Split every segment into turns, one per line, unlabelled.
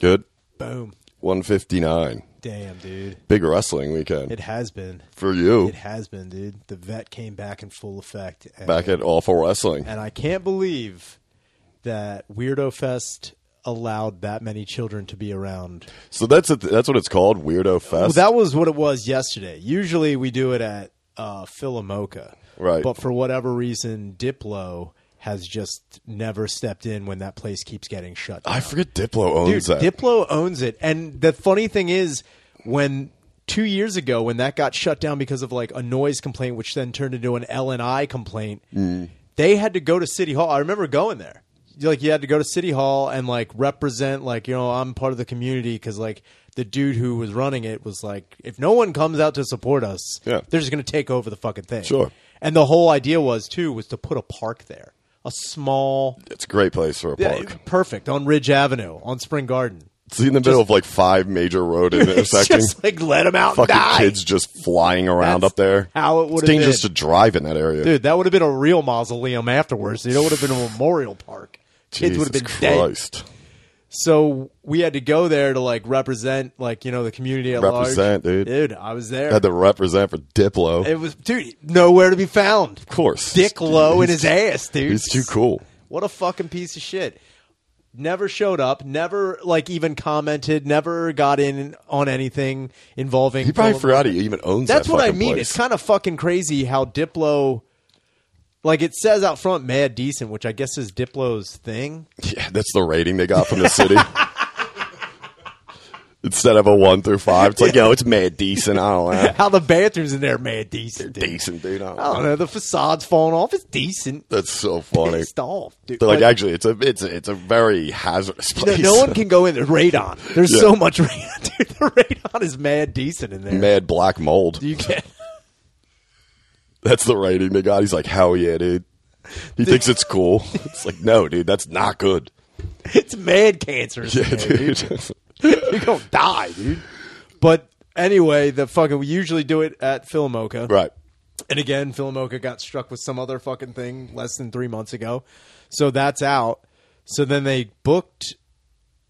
Good.
Boom.
159.
Damn, dude.
Big wrestling weekend
It has been.
for you.
It has been, dude. The vet came back in full effect. And,
Back at Awful Wrestling.
And I can't believe that Weirdo Fest allowed that many children to be around.
So that's a, that's what it's called, Weirdo Fest.
Well, that was what it was yesterday. Usually we do it at uh, Philomoka.
Right.
But for whatever reason, Diplo has just never stepped in when that place keeps getting shut down.
I forget Diplo owns
Dude,
that.
Diplo owns it. And the funny thing is, when two years ago, when that got shut down because of like a noise complaint, which then turned into an L and I complaint,
Mm.
they had to go to City Hall. I remember going there. You- Like you had to go to City Hall and like represent, like you know, I'm part of the community because like the dude who was running it was like, if no one comes out to support us,
Yeah.
they're just going to take over the fucking thing.
Sure.
And the whole idea was too was to put a park there, a small
it's a great place for a
yeah,
park.
perfect on Ridge Avenue on Spring Garden.
It's in the middle of like five major road
It's
intersections.
just like let him out and
Fucking
die.
kids just flying around
That's
up there.
how it would've
It's dangerous
been.
to drive in that area.
Dude, that would have been a real mausoleum afterwards. It would have been a memorial park. Kids would have been
Jesus
dead.
Christ.
So we had to go there to like represent, like you know, the community at
Represent,
large.
dude.
Dude, I was there.
Had to represent for Diplo.
it was, dude, nowhere to be found.
of course.
Dick low in
He's-
his ass, dude.
He's too cool.
What a fucking piece of shit. Never showed up. Never like even commented. Never got in on anything involving.
He probably
Phil-
forgot he even owns
That's
that
what I
fucking
mean.
place.
It's kind of fucking crazy how Diplo, like it says out front, mad decent, which I guess is Diplo's thing.
Yeah, that's the rating they got from the city. Instead of a one through five, it's like, yo, it's mad decent. I don't know.
How the bathrooms in there, mad decent. Dude.
Decent, dude. I don't
I
know.
don't know. The facade's falling off. It's decent.
That's so funny.
Pissed off, dude.
They're like,
Like,
actually, it's a it's a, it's a very hazardous
no,
place.
no one can go in there. Radon. There's
Yeah.
so much radon. Dude, the radon is mad decent in there.
mad black mold.
You can
That's the rating they got. He's like, hell yeah, dude. He thinks it's cool. It's like, no, dude, that's not good.
It's mad cancer. in
Yeah,
there,
dude.
You're gonna die, dude. But anyway, the fucking we usually do it at Philomoka.
right.
And again, Philomoka got struck with some other fucking thing less than three months ago. So that's out. So then they booked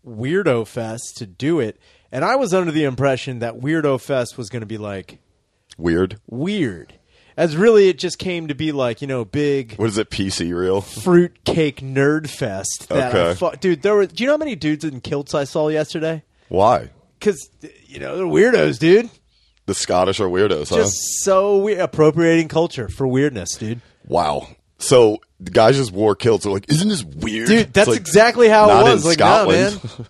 Weirdo Fest to do it. And I was under the impression that Weirdo Fest was going to be like
Weird.
weird. As really, it just came to be like, you know, big
What is it? PC real?
fruitcake nerd fest. That I
Okay.
fu- Dude, there were. Do you know how many dudes in kilts I saw yesterday?
Why?
Because, you know, they're weirdos, dude.
The Scottish are weirdos, huh?
Just so we Appropriating culture for weirdness, dude.
Wow. So the guys just wore kilts. They're like, isn't this weird?
Dude,
It's
that's
like,
exactly how
not
it was.
In
Like, nah, man.
Scotland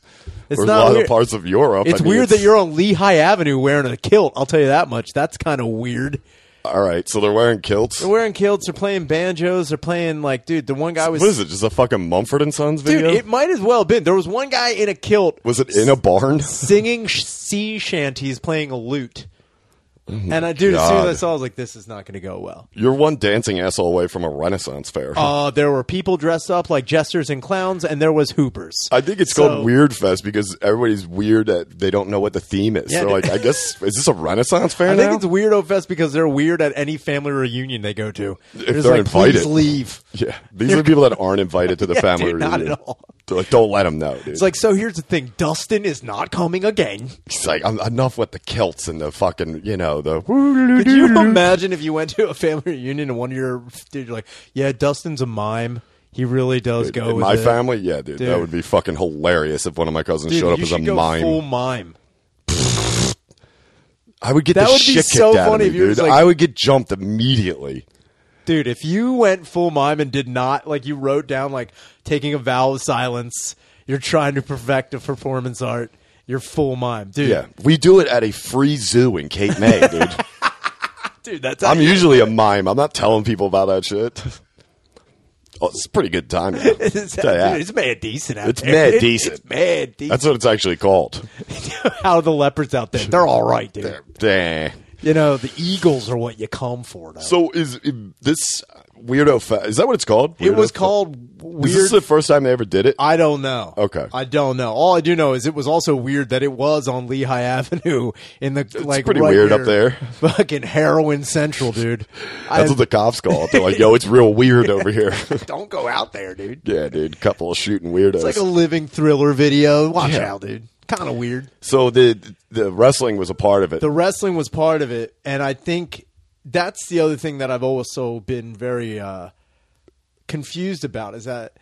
It's
or a
not
lot
weird.
of parts of Europe. I
it's
mean,
weird that you're on Lehigh Avenue wearing a kilt. I'll tell you that much. That's kind of weird.
All right, so they're wearing kilts.
They're wearing kilts. They're playing banjos. They're playing like, dude. The one guy was.
What is it? Just a fucking Mumford and Sons
Dude,
video?
it might as well have been. There was one guy in a kilt
was it in a barn?
singing sh- sea shanties, playing a lute. And I, dude, as soon as I
Oh God.
saw, it, I was like, "This is not going to go well."
You're one dancing asshole away from a Renaissance fair.
Uh, there were people dressed up like jesters and clowns, and there was hoopers.
I think it's
so-
called Weird Fest because everybody's weird that they don't know what the theme is.
Yeah,
They're
dude.
like, I guess is this a Renaissance fair
I think
now?
it's Weirdo Fest because they're weird at any family reunion they go to. If
they're invited.
please leave.
yeah, these are the people that aren't invited to the
Yeah,
family
dude, not
reunion.
at all.
They're like, don't let them know, dude.
It's like, so here's the thing Dustin is not coming again.
It's like, "I'm- enough with the kilts and the fucking, you know, the
Could you imagine if you went to a family reunion and one of your dude, you're like, yeah, Dustin's a mime. He really does go
In
with
my
it."
family, yeah, dude,
Dude.
that would be fucking hilarious if one of my cousins
Dude,
showed up
you
as a
should go
mime.
Full mime.
I would get
That
the
would be
shit kicked
so
out
funny
of
if
me,
you were
dude.
just like-
I would get jumped immediately.
Dude, if you went full mime and did not, like, you wrote down, like, taking a vow of silence, you're trying to perfect a performance art, you're full mime. Dude,
Yeah, we do it at a free zoo in Cape May, dude.
dude that's how
I'm
you-
usually a mime. I'm not telling people about that shit. Oh, it's a pretty good time. man.
It's,
Tell you that.
dude, it's mad decent out
It's
there.
mad
It-
decent.
It's mad decent.
That's what it's actually called.
How are the leopards out there? They're all right, dude.
Dang.
You know, the eagles are what you come for. Though.
So is, is this Weirdo fa- is that what it's called?
It
Weirdo
was
fa-
called
Is this
weird.
the first time they ever did it?
I don't know.
Okay.
I don't know. All I do know is it was also weird that it was on Lehigh Avenue in the like
pretty
right
weird
near
up there.
Fucking heroin central, dude. I
That's what the cops call it. They're like, "Yo, it's real weird over here."
don't go out there, dude.
yeah, dude, couple of shooting weirdos.
It's like a living thriller video. Watch
Yeah.
out, dude. Kind of weird.
so the the wrestling was a part of it.
The wrestling was part of it, and I think that's the other thing that I've also been very uh, confused about is that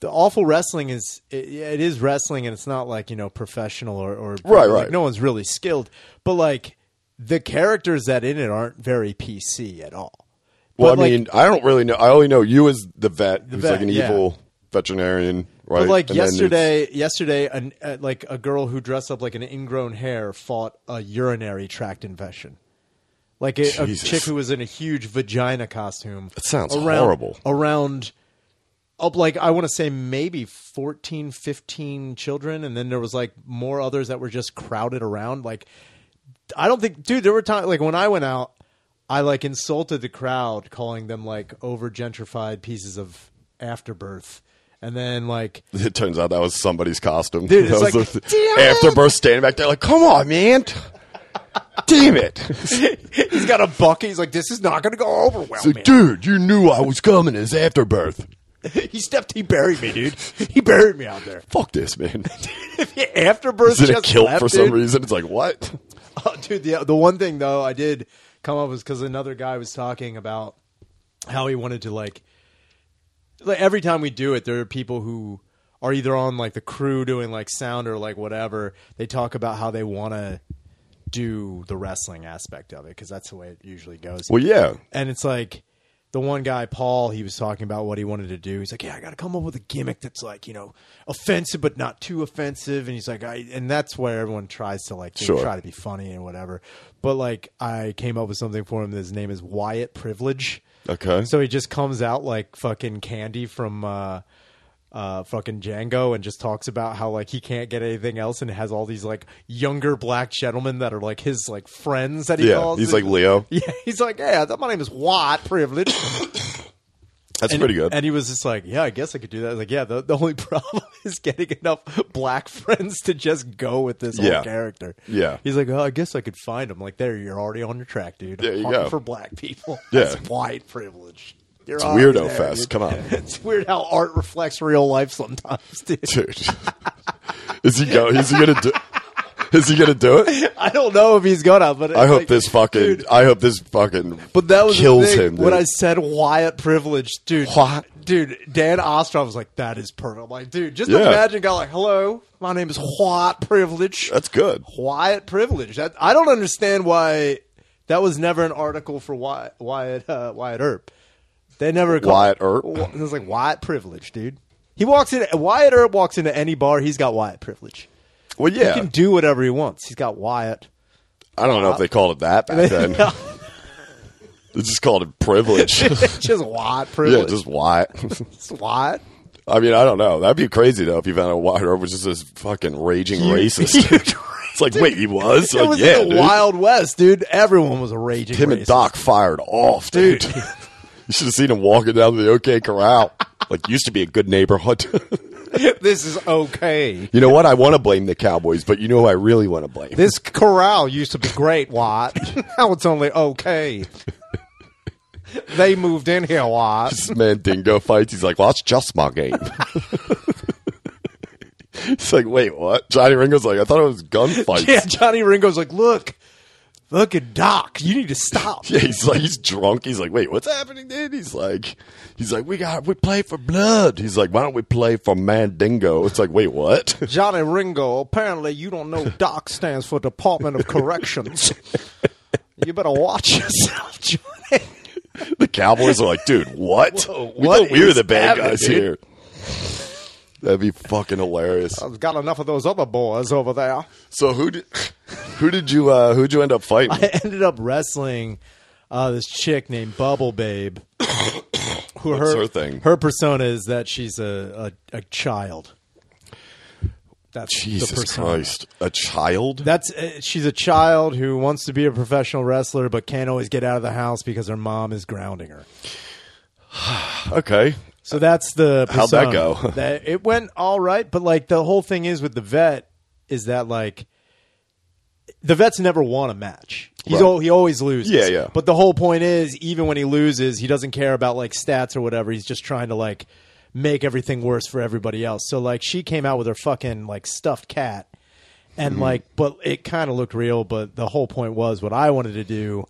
the awful wrestling is it, it is wrestling, and it's not like you know professional or, or
Right,
like,
right.
No one's really skilled, but like the characters that in it aren't very PC at all.
well, I
But, like,
mean, I don't really know. I only know you as the vet, who's
vet,
like an
yeah.
evil veterinarian, right?
But like
And then it's-
yesterday, yesterday, an, uh, like a girl who dressed up like an ingrown hair fought a urinary tract infection. Like a, a
Jesus.
chick who was in a huge vagina costume. That
sounds
around,
horrible.
Around up like I want to say maybe 14, 15 children, and then there was like more others that were just crowded around. Like I don't think, dude. There were times like when I went out, I like insulted the crowd, calling them like over gentrified pieces of afterbirth, and then like
It turns out that was somebody's costume.
Dude, it's
That was
like,
the-
"Damn
after
it!"
birth standing back there, like, come on, man. Damn it. It's
he's got a bucket. He's like, this is not going to go over well,
like, dude, you knew I was coming as afterbirth.
he stepped, he buried me, dude. He buried me out there.
Fuck this, man.
afterbirth
Is it a
just
kilt
left,
for some
dude.
reason? It's like, what?
Oh, dude, the the one thing though I did come up was because another guy was talking about how he wanted to like, like every time we do it, there are people who are either on like the crew doing like sound or like whatever. They talk about how they want to do the wrestling aspect of it because that's the way it usually goes.
Well, yeah.
And it's like the one guy, Paul, he was talking about what he wanted to do. He's like, yeah, I got to come up with a gimmick that's like, you know, offensive but not too offensive. And he's like, I, and that's where everyone tries to like they
Sure.
try to be funny and whatever. But like, I came up with something for him. His name is Wyatt Privilege.
Okay.
So he just comes out like fucking candy from uh, uh, fucking Django and just talks about how like he can't get anything else and has all these like younger black gentlemen that are like his like friends that he
yeah.
calls.
He's like Leo.
Yeah, he's like, yeah, th- my name is Watt Privilege.
That's
And-
pretty good.
And he was just like, yeah, I guess I could do that. I was like, yeah, the, the only problem is getting enough black friends to just go with this
Yeah.
whole character.
Yeah.
He's like, oh, I guess I could find him. Like, there, you're already on your track, dude.
There you
Hunting
go.
For black people.
Yeah.
That's white privilege. You're
it's
already
weirdo
Oh, there,
fest.
dude.
Come on.
It's weird how art reflects real life sometimes, dude.
Dude. is he go? Is he gonna do? Is he gonna do it?
I don't know if he's gonna, but
I hope
like-
this fucking. I hope this fucking.
But that was the
kills
thing,
him. Dude.
when I said Wyatt privilege, dude.
Why-
Dude, Dan Ostrov was like, "That is perfect." I'm like, dude, just
Yeah.
imagine, guy like, "Hello, my name is Wyatt Privilege."
That's good.
Wyatt Privilege. That I don't understand why that was never an article for Wyatt Wyatt uh, Wyatt Earp. They never called
Wyatt Earp?
Wa- It was like Wyatt Privilege, dude. He walks in. Wyatt Earp walks into any bar. He's got Wyatt Privilege.
Well, yeah.
He can do whatever he wants. He's got Wyatt.
I don't know if they called it that back then. They just called it privilege.
just Wyatt Privilege.
yeah, just why?
just Wyatt.
I mean, I don't know. That'd be crazy though if you found out Wyatt Earp was just this fucking raging racist. it's like, wait, he was?
It
Like,
was
yeah,
in the
dude.
Wild West, dude. Everyone was a raging.
Him and
racist.
Doc fired off, dude.
Dude.
you should have seen him walking down to the OK Corral. like, used to be a good neighborhood.
this is okay.
you know what? I want to blame the Cowboys, but you know who I really want to blame?
This corral used to be great, Watt. now it's only okay. they moved in here, Watt.
this man dingo fights. He's like, well, that's just my game. It's like, wait, what? Johnny Ringo's like, I thought it was gunfights.
Yeah, Johnny Ringo's like, look, look at Doc. You need to stop.
Yeah, he's like he's drunk. He's like, wait, what's happening, dude? He's like, he's like, we got we play for blood. He's like, why don't we play for Mandingo? It's like, wait, what?
Johnny Ringo, apparently you don't know Doc stands for Department of Corrections. you better watch yourself, Johnny.
the Cowboys are like, dude, what?
Whoa,
we
what
thought we were
is
the bad
happening,
guys
dude? Uh,
here. That'd be fucking hilarious.
I've got enough of those other boys over there.
So who did who did you uh who'd you end up fighting?
I ended up wrestling uh, this chick named Bubble Babe. Who
What's her thing?
Her persona is that she's a a, a child. That's the
Jesus
persona.
Christ, a child.
That's uh, she's a child who wants to be a professional wrestler but can't always get out of the house because her mom is grounding her.
okay.
So that's the
How'd that
persona.
go?
That- it went all right, but like the whole thing is with the vet is that like the vets never won a match. He's
Right.
al- he always loses.
Yeah, yeah.
But the whole point is, even when he loses, he doesn't care about like stats or whatever. He's just trying to like make everything worse for everybody else. So like she came out with her fucking like stuffed cat, and
Mm-hmm.
like, but it kind of looked real. But the whole point was what I wanted to do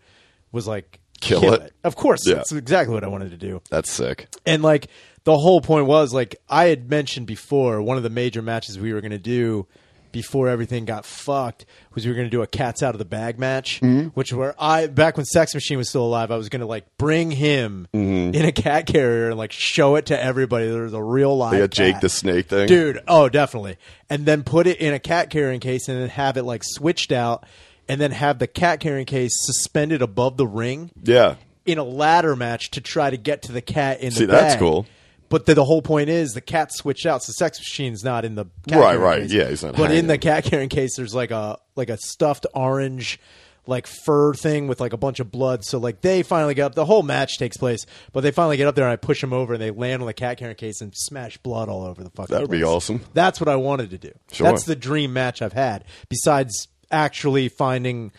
was like
Kill it.
Of course,
Yeah.
that's exactly what I wanted to do.
That's sick.
And like the whole point was like I had mentioned before, one of the major matches we were going to do before everything got fucked was we were going to do a cats out of the bag match,
Mm-hmm.
which where I back when Sex Machine was still alive, I was going to like bring him
Mm-hmm.
in a cat carrier and like show it to everybody. There was a real live
Yeah, Jake
cat.
the Snake thing.
Dude, oh, definitely. And then put it in a cat carrying case and then have it like switched out and then have the cat carrying case suspended above the ring
Yeah.
in a ladder match to try to get to the cat in
See,
the
that's
bag.
cool.
But the, the whole point is the cat switched out, so Sex Machine's not in the cat
Right,
carrying
right.
case.
Yeah, he's not
But in
hanging.
the cat carrying case, there's like a like a stuffed orange like fur thing with like a bunch of blood. So like they finally get up. The whole match takes place, but they finally get up there and I push them over and they land on the cat carrying case and smash blood all over the fucking.
That would be
place.
awesome.
That's what I wanted to do.
Sure.
That's the dream match I've had. Besides actually finding,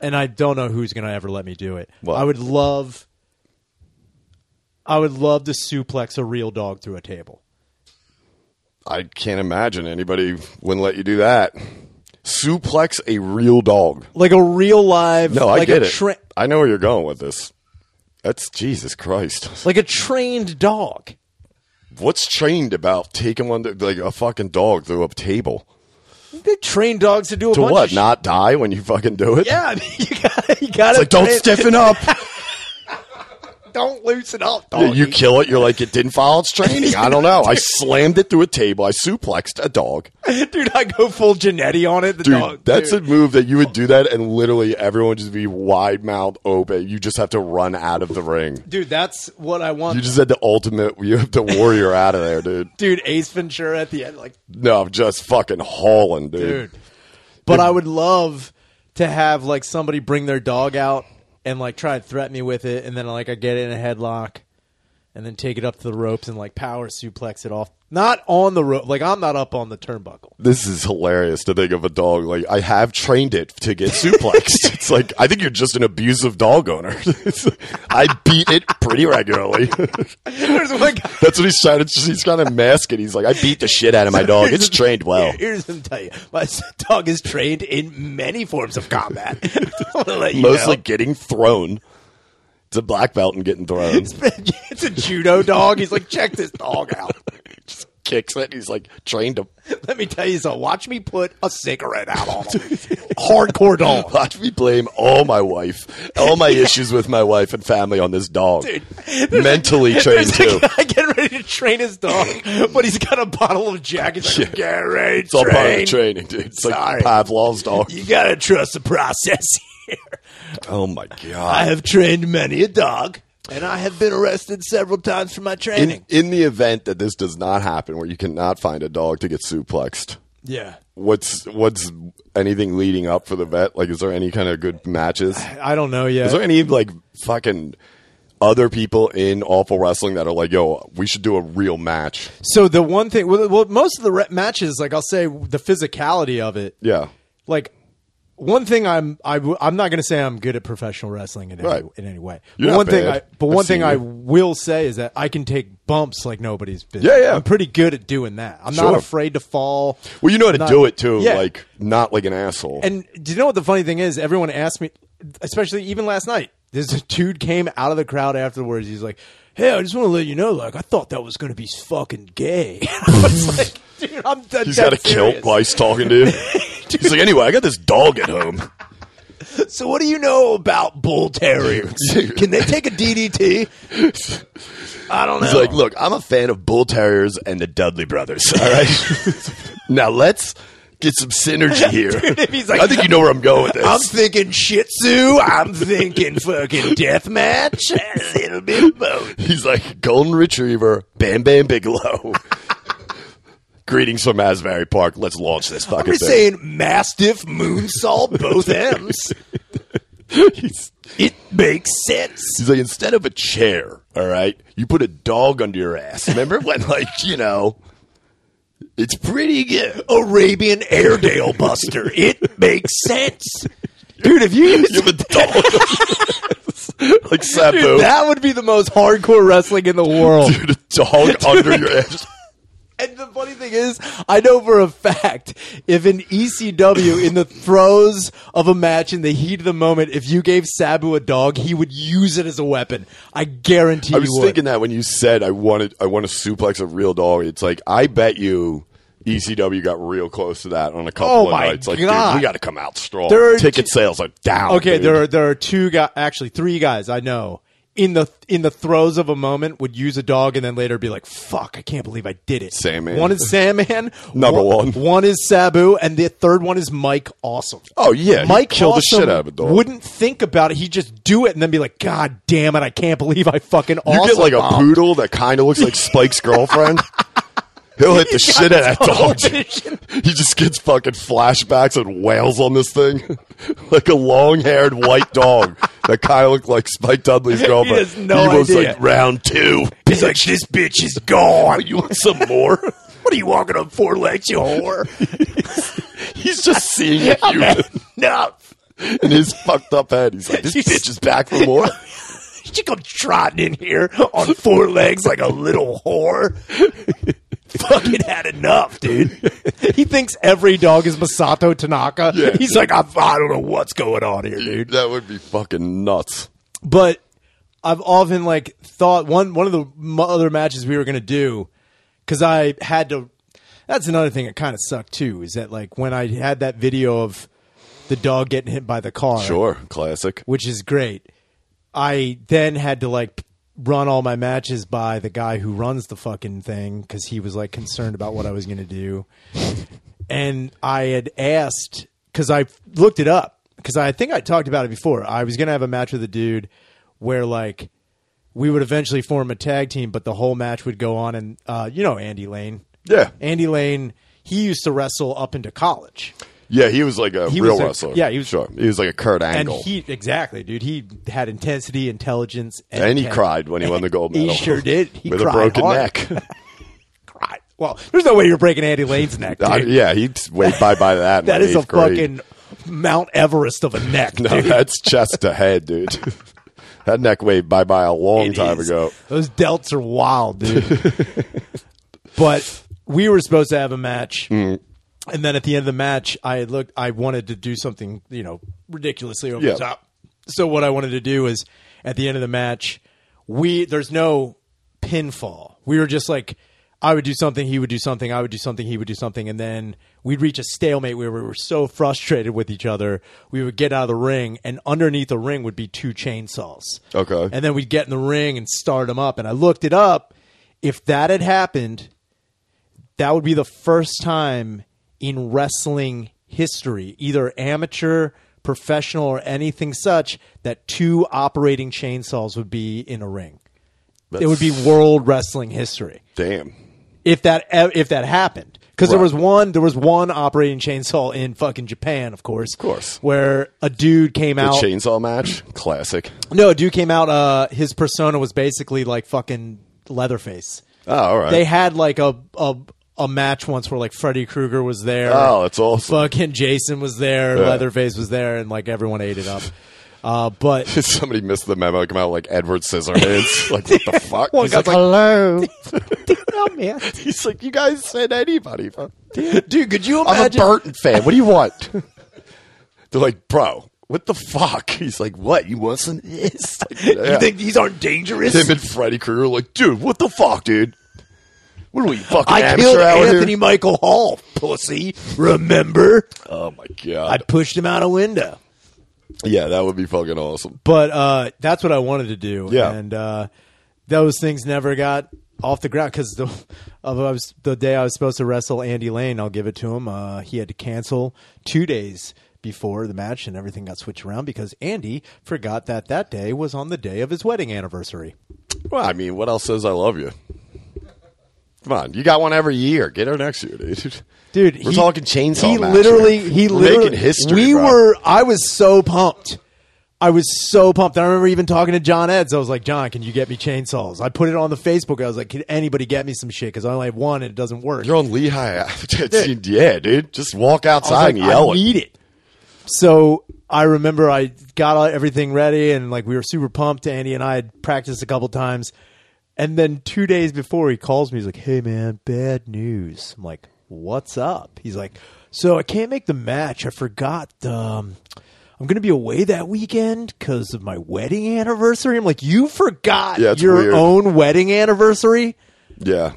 and I don't know who's going to ever let me do it.
What?
I would love, I would love to suplex a real dog through a table.
I can't imagine anybody wouldn't let you do that. Suplex a real dog.
Like a real live,
No, I
like
get
a
it.
tra-
I know where you're going with this. That's Jesus Christ.
like a trained dog.
What's trained about taking one to, like a fucking dog through a table?
They train dogs to do a
To
bunch
what?
of sh-
Not die when you fucking do it?
Yeah, I mean, you got you got
It's
to
like don't stiffen up.
don't loosen up,
Yeah,
dog.
you kill it. You're like it didn't follow its training. I don't know. I slammed it through a table. I suplexed a dog.
dude, I go full Genetti on it. The
Dude,
dog,
that's
dude.
a move that you would do that, and literally everyone would just be wide mouth open. You just have to run out of the ring.
dude. That's what I want.
You just had the ultimate. You have to warrior out of there, dude.
dude ace ventura at the end like
No, I'm just fucking hauling, dude.
dude but i would love to have like somebody bring their dog out and like try and threaten me with it and then like i get it in a headlock and then take it up to the ropes and like power suplex it off not on the rope like i'm not up on the turnbuckle
This is hilarious to think of a dog. Like I have trained it to get suplexed. it's like I think you're just an abusive dog owner. It's like, I beat it pretty regularly.
there's one guy
That's what he's trying to. He's trying to mask it. He's like, I beat the shit out of my dog. It's trained well.
Here- Here's him tell you, my dog is trained in many forms of combat. I wanna let you
Mostly
know.
getting thrown. It's a black belt and getting thrown.
it's a judo dog. He's like, check this dog out.
just kicks it. He's like trained to
Let me tell you something. Watch me put a cigarette out on him. Hardcore dog.
Watch me blame all my wife, all my issues with my wife and family on this dog. Mentally trained
There's a
too.
guy getting ready to train his dog, but he's got a bottle of Jack. He's like, get ready
It's all part of the
train.
training, dude. It's
Sorry.
like Pavlov's dog.
You gotta trust the process here.
Oh my god.
I have trained many a dog, and I have been arrested several times for my
In,
training.
in the event that this does not happen, where you cannot find a dog to get suplexed,
yeah.
what's what's anything leading up for the vet? Like, is there any kind of good matches?
I don't know yet.
Is there any like fucking other people in awful wrestling that are like, yo, we should do a real match?
so the one thing, well, well most of the re- matches, like I'll say, the physicality of it,
Yeah.
like one thing I'm I, w- I'm not going to say I'm good at professional wrestling in any,
Right.
in any way.
You're
But
not
one thing,
bad.
I, but
I've
one thing
seen
I
you.
will say is that I can take bumps like nobody's business.
Yeah, yeah.
I'm pretty good at doing that. I'm
Sure.
not afraid to fall.
Well, you know how to
Not-
do it too,
Yeah.
like not like an asshole.
And do you know what the funny thing is? Everyone asked me, especially even last night. This dude came out of the crowd afterwards. He's like, "Hey, I just want to let you know, like, I thought that was going to be fucking gay." I was like, "Dude, I'm dead,
He's got a
serious.
kilt while he's talking to you. He's like, anyway, I got this dog at home.
So, what do you know about bull terriers? Can they take a DDT? I don't know.
He's like, look, I'm a fan of bull terriers and the Dudley brothers. All right, now let's get some synergy here.
if he's like-
I think you know where I'm going with this.
I'm thinking Shih Tzu. I'm thinking fucking deathmatch. A little bit of both.
he's like golden retriever, Bam Bam Bigelow. Greetings from Asbury Park. Let's launch this
I'm
fucking
just
thing.
saying, Mastiff, Moonsault, both M's.
He's,
It makes sense.
he's like, instead of a chair, all right, you put a dog under your ass. Remember when, like, you know, it's pretty good.
Arabian Airedale Buster. It makes sense. Dude, if you
You
used
have a dog. like Sabu.
that would be the most hardcore wrestling in the world.
Dude, a dog under your ass.
And the funny thing is, I know for a fact if in ECW, in the throes of a match, in the heat of the moment, if you gave Sabu a dog, he would use it as a weapon. I guarantee
I was
you would.
thinking that when you said I wanted I want to suplex a real dog. It's like I bet you ECW got real close to that on a couple
Oh
of
my
nights. Like,
God.
dude, we got to come out strong.
There are
Ticket sales are down.
okay,
dude.
there are there are two guys, actually three guys I know in the in the throes of a moment would use a dog and then later be like, "Fuck, I can't believe I did it."
Sandman.
One is Sandman.
Number
one-
one.
One is Sabu, and the third one is Mike. Awesome.
Oh, yeah, he
Mike
killed the
Awesome
shit out of a dog.
Wouldn't think about it. He'd just do it and then be like, "God damn it, I can't believe I fucking
You
awesome."
get like a
Mom."
poodle that kind of looks like Spike's girlfriend. He'll hit the shit out of that dog.
vision.
He just gets fucking flashbacks and wails on this thing, like a long-haired white dog that kind of looked like Spike Dudley's girlfriend.
has no
he was
idea.
like round two.
He's like, "This bitch is gone."
You want some more? what are you walking on four legs, you whore? he's just seeing a human
Enough.
in his fucked up head. He's like, this
She's-
bitch is back for more.
She come trotting in here on four legs like a little whore. Fucking had enough, dude. He thinks every dog is Masato Tanaka.
Yeah.
He's like, I, I don't know what's going on here, dude.
That would be fucking nuts.
But I've often like thought one one of the m- other matches we were gonna do because I had to. That's another thing that kind of sucked too. Is that like when I had that video of the dog getting hit by the car?
Sure, classic.
which is great. I then had to like run all my matches by the guy who runs the fucking thing because he was like concerned about what I was going to do. And I had asked because I looked it up because I think I talked about it before. I was going to have a match with a dude where like we would eventually form a tag team, but the whole match would go on. And uh, you know, Andy Lane.
Yeah.
Andy Lane, he used to wrestle up into college.
Yeah, he was like a
He
real
was a-
wrestler.
yeah, he was-
sure. He was like a Kurt
And
Angle.
he exactly, dude. He had intensity, intelligence,
And he
tech.
cried when he won the gold medal.
He sure did. He
with
cried
a broken
hard.
neck.
Cried. Well, there's no way you're breaking Andy Lane's neck, dude.
I- yeah, he went bye bye that. in,
that
like,
is a
eighth grade.
fucking Mount Everest of a neck,
No,
dude.
that's chest to head, dude. that neck waved bye bye a long
It
time
is.
ago.
Those delts are wild, dude. but we were supposed to have a match.
Mm.
And then at the end of the match, I had looked I wanted to do something, you know, ridiculously over
Yeah.
the top. So what I wanted to do is at the end of the match, we there's no pinfall. We were just like I would do something, he would do something, I would do something, he would do something, and then we'd reach a stalemate where we were so frustrated with each other, we would get out of the ring, and underneath the ring would be two chainsaws.
Okay.
And then we'd get in the ring and start them up. And I looked it up. If that had happened, that would be the first time in wrestling history, either amateur, professional, or anything such, that two operating chainsaws would be in a ring. it would be world wrestling history
Damn.
if that if that happened because there
Right.
was one there was one operating chainsaw in fucking Japan, of course, of
course.
where a dude came
The
out.
chainsaw match, classic.
No, a dude came out. Uh, his persona was basically like fucking Leatherface.
Oh, all right.
They had like a a a match once where like Freddy Krueger was there.
Oh, that's awesome.
Fucking Jason was there. Leatherface was there, and like everyone ate it up. Uh, but
Somebody missed the memo. Come out like Edward Scissorhands. like what the fuck?
One
He's
guy's
like,
like,
hello.
help me, out.
He's like, you guys said anybody. bro.
dude. Could you
I'm a
imagine?
Burton fan. What do you want? They're like, bro, what the fuck? He's like, what? You want some? of this?" Like, yeah.
these aren't dangerous?
him and Freddy Krueger are like, dude, what the fuck, dude? What are we fucking
I killed
amateur out
Anthony
here?
Michael Hall, pussy. Remember?
Oh my
I
god!
pushed him out a window.
yeah, that would be fucking awesome.
But uh, that's what I wanted to do.
Yeah.
And uh, those things never got off the ground because the, of- I was- the day I was supposed to wrestle Andy Lane, I'll give it to him. Uh, he had to cancel two days before the match and everything got switched around because Andy forgot that that day was on the day of his wedding anniversary.
Well, I mean, what else says I love you? Come on, you got one every year. Get her next year, dude.
Dude,
we're
he-
talking chainsaw.
He
match
literally,
here.
he
We're
literally,
making history.
We
bro.
were. I was so pumped. I was so pumped. I remember even talking to John Eds. I was like, John, can you get me chainsaws? I put it on the Facebook. I was like, can anybody get me some shit? Because I only have one and it doesn't work.
You're on Lehigh. yeah, dude. Just walk
I was
outside
like,
and yell
I
it.
need it. So I remember I got all- everything ready and like we were super pumped. Andy and I had practiced a couple times, and then two days before he calls me, he's like, "Hey man, bad news." I'm like, "What's up?" He's like, "So I can't make the match. I forgot. Um, I'm gonna be away that weekend because of my wedding anniversary." I'm like, "You forgot
Yeah, it's
your
weird.
own wedding anniversary?"
Yeah.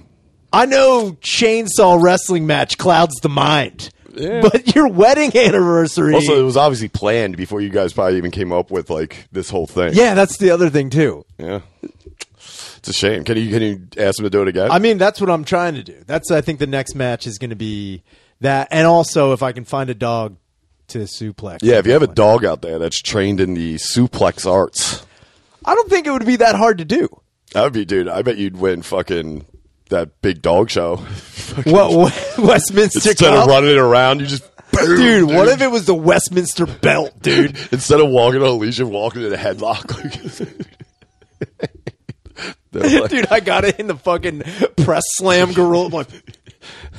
I know chainsaw wrestling match clouds the mind, but your wedding anniversary.
Also, it was obviously planned before you guys probably even came up with like this whole thing.
yeah, that's the other thing too.
Yeah. It's a shame. Can you can you ask him to do it again?
I mean, that's what I'm trying to do. That's I think the next match is going to be that, and also if I can find a dog to suplex.
yeah, if you have a dog out there that's trained in the suplex arts,
I don't think it would be that hard to do.
that would be, dude. I bet you'd win fucking that big dog show.
What Westminster
Instead of
Cup?
running it around, you just boom,
dude, what if it was the Westminster Belt, dude?
Instead of walking on a leash, you're walking in a headlock. They're like,
dude, I got it in the fucking press slam gorilla. like,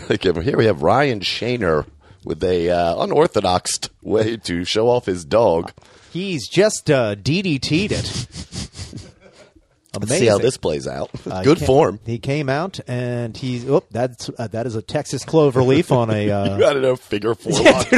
like, here we have Ryan Shaner with a uh, unorthodox way to show off his dog.
He's just uh, DDT'd it.
Let's see how this plays out. Good
ca-
form.
Uh, He came out and he's oh that's uh, that is a Texas clover leaf on a
You
uh,
had it a figure four. lock.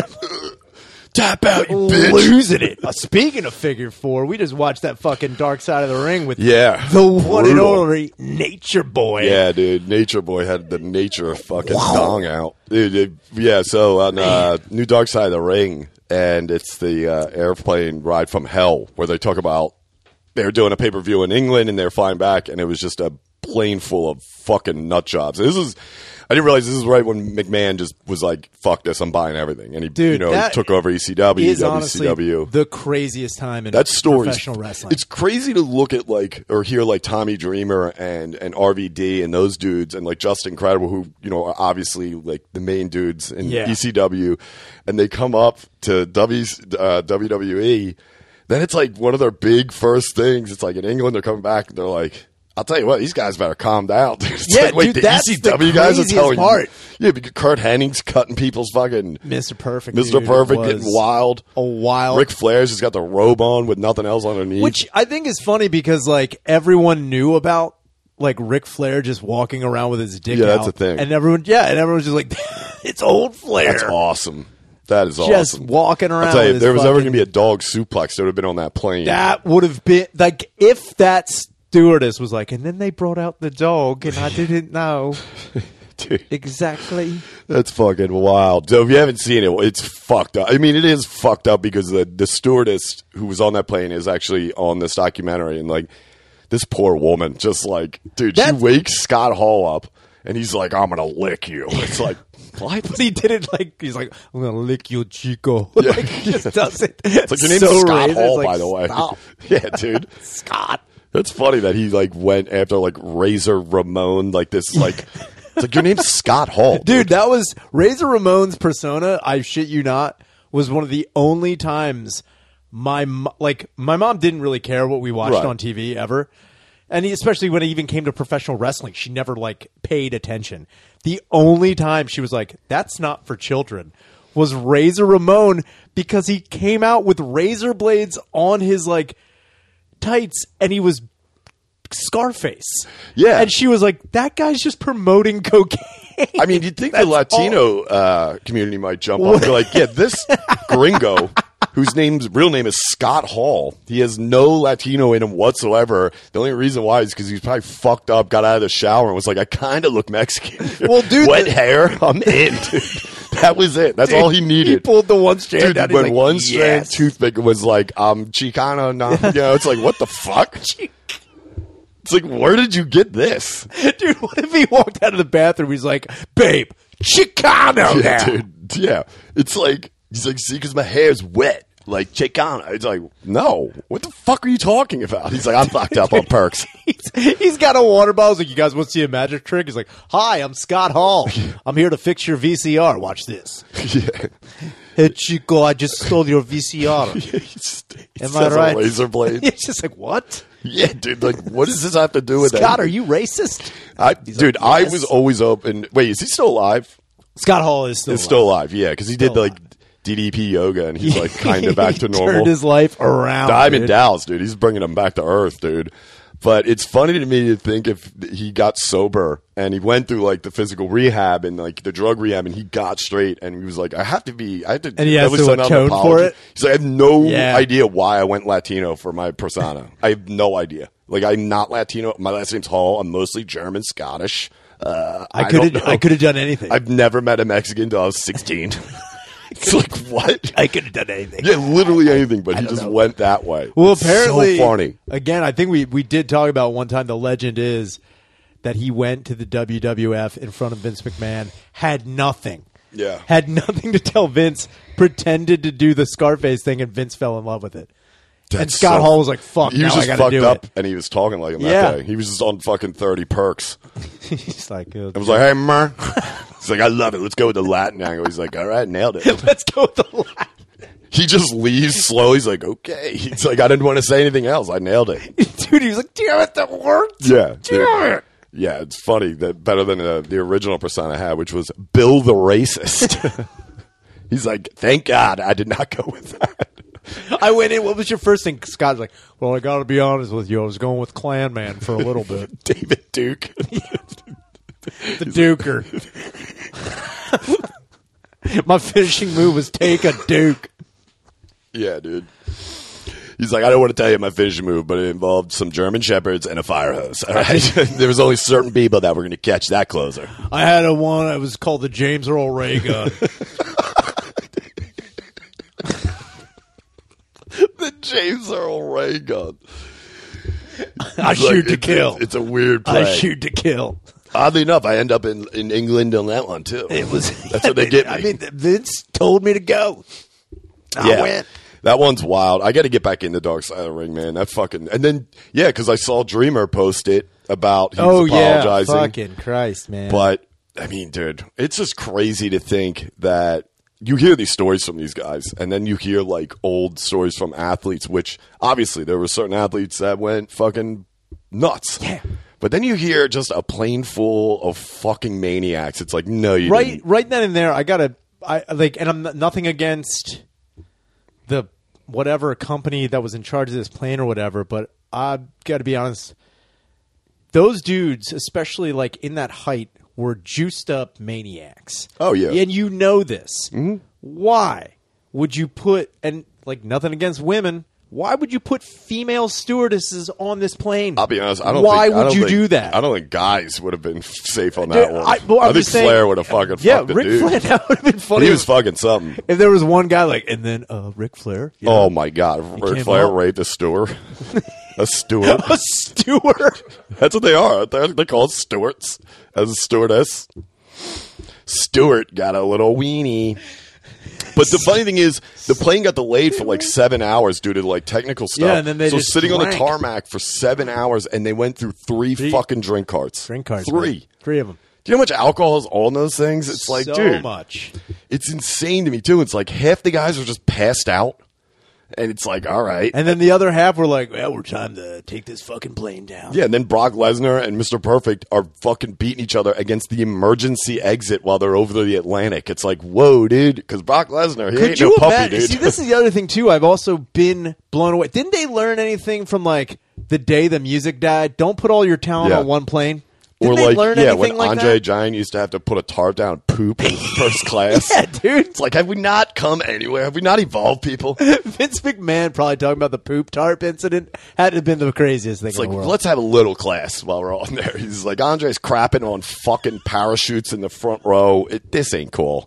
Tap out, you bitch.
losing it. Uh, speaking of figure four, we just watched that fucking Dark Side of the Ring with
Yeah.
the one and
Brutal.
only Nature Boy.
Yeah, dude. Nature Boy had the nature fucking dong out. Dude, it- yeah, so on uh, New Dark Side of the Ring, and it's the uh, airplane ride from hell where they talk about they were doing a pay per view in England and they're flying back, and it was just a plane full of fucking nut jobs. This is. I didn't realize this is right when McMahon just was like, "Fuck this, I'm buying everything," and he,
Dude,
you know, he
that
took over E ECW,
Is honestly
WCW.
the craziest time in
That story,
professional wrestling.
It's crazy to look at like or hear like Tommy Dreamer and and RVD and those dudes and like Justin Credible, who you know are obviously like the main dudes in
Yeah.
ECW, and they come up to w, uh, WWE. Then it's like one of their big first things. It's like in England they're coming back and they're like. I'll tell you what, these guys better calm down. dude." It's
Yeah,
like, wait,
dude,
the
that's the
ECW guys are
craziest
telling
part.
you. Yeah, because Kurt Henning's cutting people's fucking
Mr. Perfect,
Mr.
dude,
Perfect
was
getting wild.
a wild
Ric Flair's just got the robe on with nothing else underneath.
Which I think is funny because like everyone knew about like Ric Flair just walking around with his dick
Yeah, that's
out.
a thing.
And everyone yeah, and everyone's just like it's old Flair.
that's awesome. That is
Just
awesome.
walking around.
I'll tell you, if
with his
there was ever
fucking-
going to be a dog suplex, there would have been on that plane.
that would have been like if that stewardess was like, and then they brought out the dog and I didn't know
Dude,
exactly.
that's fucking wild. So if you haven't seen it, it's fucked up. I mean, it is fucked up because the, the stewardess who was on that plane is actually on this documentary. And, like, this poor woman, just like, dude, she
That's-
wakes Scott Hall up and he's like, I'm going to lick you. It's like, what?
But he did it like he's like, I'm gonna lick your chico. like he just does it.
It's like your name's
so
Scott
racist,
Hall,
like,
by the way.
stop,
yeah, dude.
Scott.
That's funny that he like went after like Razor Ramon, like this like it's like your name's Scott Hall.
dude that was razor ramon's persona i shit you not was one of the only times my mo- like my mom didn't really care what we watched
Right.
on tv ever and especially when it even came to professional wrestling she never like paid attention the only time she was like that's not for children was razor ramon because he came out with razor blades on his like tights and he was Scarface.
Yeah.
And she was like, that guy's just promoting cocaine.
I mean, you'd think the
That's
Latino uh, community might jump on. They're like, yeah, this gringo whose name's real name is Scott Hall. He has no Latino in him whatsoever. The only reason why is because he's probably fucked up, got out of the shower, and was like, I kind of look Mexican.
Well, dude,
wet
the-
hair, I'm in. Dude. That was it. That's all he needed.
He pulled the one strand
Dude,
out. He's
when
like,
one strand
"Yes."
toothpick was like, um, Chicano, no, you know, it's like, what the fuck? it's like, where did you get this?
Dude, what if he walked out of the bathroom? He's like, babe, Chicano
Yeah,
now.
dude. Yeah. It's like, he's like, see, because my hair's wet. Like, Chicano. It's like, no. What the fuck are you talking about? He's like, I'm fucked up on perks.
He's, he's got a water bottle. He's like, you guys want to see a magic trick? He's like, hi, I'm Scott Hall. I'm here to fix your VCR. Watch this.
yeah.
Hey, Chico, I just stole your VCR. Am I
Says a
right?
Laser blade.
it's just like, what?
yeah, dude. Like, what does this have to do with
Scott,
that?
are you racist?
I,
He's
dude,
like,
I
"Yes."
was always open. Wait, is he still alive?
Scott Hall is still
He's
alive.
still alive. Yeah, because he did
Still
like DDP yoga, and he's like kind of back to
He
normal.
Turned his life around.
I'm in
dude.
Dallas, dude. He's bringing him back to earth, dude. But it's funny to me to think if he got sober and he went through like the physical rehab and like the drug rehab and he got straight and he was like, I have to be, I have to.
And he
at
has
least
to
send out an
atone for
apology."
it?
He's like, I have no
Yeah.
idea why I went Latino for my persona. I have no idea. Like I'm not Latino. My last name's Hall. I'm mostly German, Scottish. Uh,
I
don't
could
know.
have. I could have done anything.
I've never met a Mexican until I was 16. it's like what?
I could have done anything.
Yeah, literally anything, but he just went that way.
Well,
It's so
apparently,
funny.
Again, I think we we did talk about one time. The legend is that he went to the WWF in front of Vince McMahon, had nothing,
Yeah.
had nothing to tell Vince, pretended to do the Scarface thing, and Vince fell in love with it. and
That's
Scott
so-
Hall was like, "Fuck,
He was
now I
just
gotta
fucked
do
up, and he was talking like him
Yeah.
that day. He was just on fucking 30 perks.
it." He's like, uh,
I was like, hey, man. He's like, I love it. Let's go with the Latin angle. He's like, all right, nailed it.
"Let's go with the line."
He just leaves slowly. He's like, okay. He's like, I didn't want to say anything else. I nailed it.
dude." He was like, "Damn it, that worked."
Yeah. dude.
Damn it.
Yeah, it's funny that better than uh, the original persona I had, which was Bill the Racist. He's like, thank God I did not go with that.
I went in. What was your first thing? Scott's like, "Well, I got to be honest with you. I was going with Clan Man for a little bit,
David Duke.
the Duker. My finishing move was take a Duke.
Yeah, dude. He's like, I don't want to tell you my finishing move, but it involved some German shepherds and a fire hose. All right, there was only certain people that were going to catch that closer.
I had a one. It was called the James Earl Ray gun.
The James Earl Ray gun.
I
It's like-
shoot to
it's-
kill.
It's, it's a weird play.
I shoot to kill.
Oddly enough, I end up in, in England on that one too.
It was.
That's what they get me.
I mean, Vince told me to go. I
yeah.
went.
That one's wild. I got to get back in the dark side of the ring, man. That fucking and then yeah, because I saw Dreamer post it about he was apologizing.
Oh, fucking Christ, man.
But I mean, dude, it's just crazy to think that you hear these stories from these guys, and then you hear like old stories from athletes, which obviously there were certain athletes that went fucking nuts.
Yeah.
But then you hear just a plane full of fucking maniacs. It's like, no, you
right
didn't.
right then and there i gotta i like and i'm n- nothing against the whatever company that was in charge of this plane or whatever but i gotta be honest those dudes especially like in that height were juiced up maniacs
Oh, yeah. Mm-hmm.
and you know this why would you put and like nothing against women why would you put female stewardesses on this plane
I'll be honest. I don't.
why
think- I
would
don't
you
think-
do that
I don't think guys would have been safe on that
Dude,
one.
I- well, I'm
think
just saying-
Flair would have fucking
yeah,
fucked the
Rick
dude.
Flair. That would have been funny.
He was fucking something.
If there was one guy like, and then uh, Ric Flair, you
Oh my god, Ric
came
Flair
up.
raped a steward. a steward.
know, a steward.
That's what they are. They're, they're called stewards as a stewardess. Stewart got a little weenie. But the funny thing is, the plane got delayed for like seven hours due to like technical stuff.
Yeah, and then they
so
just
sitting on the
drank.
tarmac for seven hours, and they went through three, fucking drink carts.
Drink cards,
three.
man. three of them.
Do you know how much alcohol is on those things? It's like,
so
dude,
much.
it's insane to me too. It's like half the guys are just passed out, and it's like, all right,
And then the other half were like, "Well, we're time to take this fucking plane down."
Yeah, and then Brock Lesnar and Mr. Perfect are fucking beating each other against the emergency exit while they're over the Atlantic. It's like, whoa, dude, because Brock Lesnar, he
Could
ain't
you
no puppy,
imagine?
dude.
See, this is the other thing too. I've also been blown away. Didn't they learn anything from like the day the music died? Don't put all your talent
Yeah.
on one plane.
or
Didn't they
like,
learn
yeah,
anything
when
like
Andre
that?
Giant used to have to put a tarp down and poop in first class.
Yeah, dude.
It's like, have we not come anywhere? Have we not evolved, people? It's
Vince McMahon probably talking about the poop tarp incident had to have been the craziest thing in
like,
the world.
let's have a little class while we're on there. He's like, Andre's crapping on fucking parachutes in the front row. It, this ain't cool.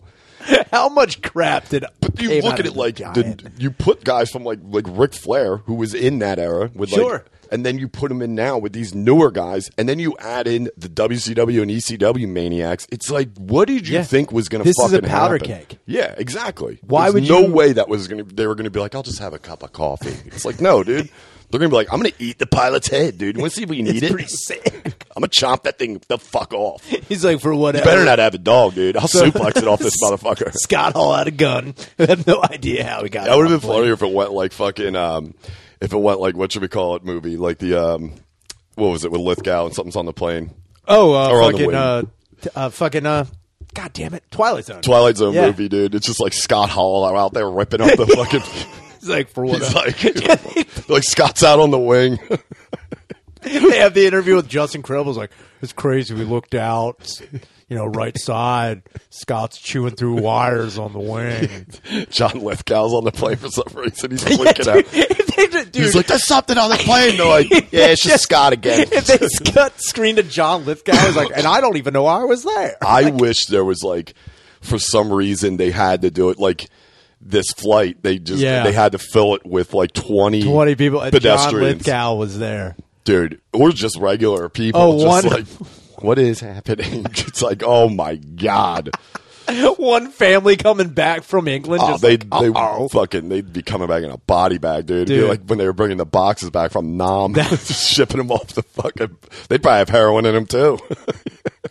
How much crap did
But you
came
look
out
at
of
it like
giant?
the, you put guys from like like Ric Flair, who was in that era, with
Sure.
like, and then you put them in now with these newer guys, and then you add in the WCW and ECW maniacs. It's like, what did you
Yeah.
think was going to?
This is a
fucking
powder
happen?
keg.
Yeah, exactly.
Why
There's
would
no
you-
way that was going to? They were going to be like, I'll just have a cup of coffee. It's like, no, dude. They're going to be like, I'm going to eat the pilot's head, dude. Want to see if we can eat it?
sick.
I'm gonna chomp that thing the fuck off. You
He's like, for whatever.
better not have a dog, dude. I'll suplex it off this motherfucker.
Scott Hall had a gun. I have no idea how he got.
That
it
would have
off.
been funnier if it went like fucking um, if it went like what should we call it movie like the um, what was it with Lithgow and something's on the plane.
Oh, uh,
Or on the
fucking,
wing.
uh, t- uh, fucking, uh, god damn it, Twilight Zone.
Twilight Zone
Yeah.
movie, dude. It's just like Scott Hall out there ripping up the fucking.
It's like for what?
He's like, like Scott's out on the wing.
they have the interview with Justin Cribbles. Like it's crazy. We looked out, s- you know, right side. Scott's chewing through wires on the wing.
John Lithgow's on the plane for some reason. He's freaking out.
If they did- dude,
He's like, "There's something on the plane." They're like, "Yeah, it's just Scott again."
if they cut screen to John Lithgow, I was like, and I don't even know I was there.
I wish there was like, for some reason, they had to do it like this flight. They just
Yeah.
they had to fill it with like twenty
Twenty people. And John
pedestrians,
Lithgow was there.
dude, or just regular people.
Oh,
just
one-
like, what is happening? it's like, oh my god.
One family coming back from England.
Oh,
just
they
like,
they
"Uh-oh."
fucking they'd be coming back in a body bag, dude. It'd be
Dude.
like when they were bringing the boxes back from Nam, shipping them off the fucking. They'd probably have heroin in them too.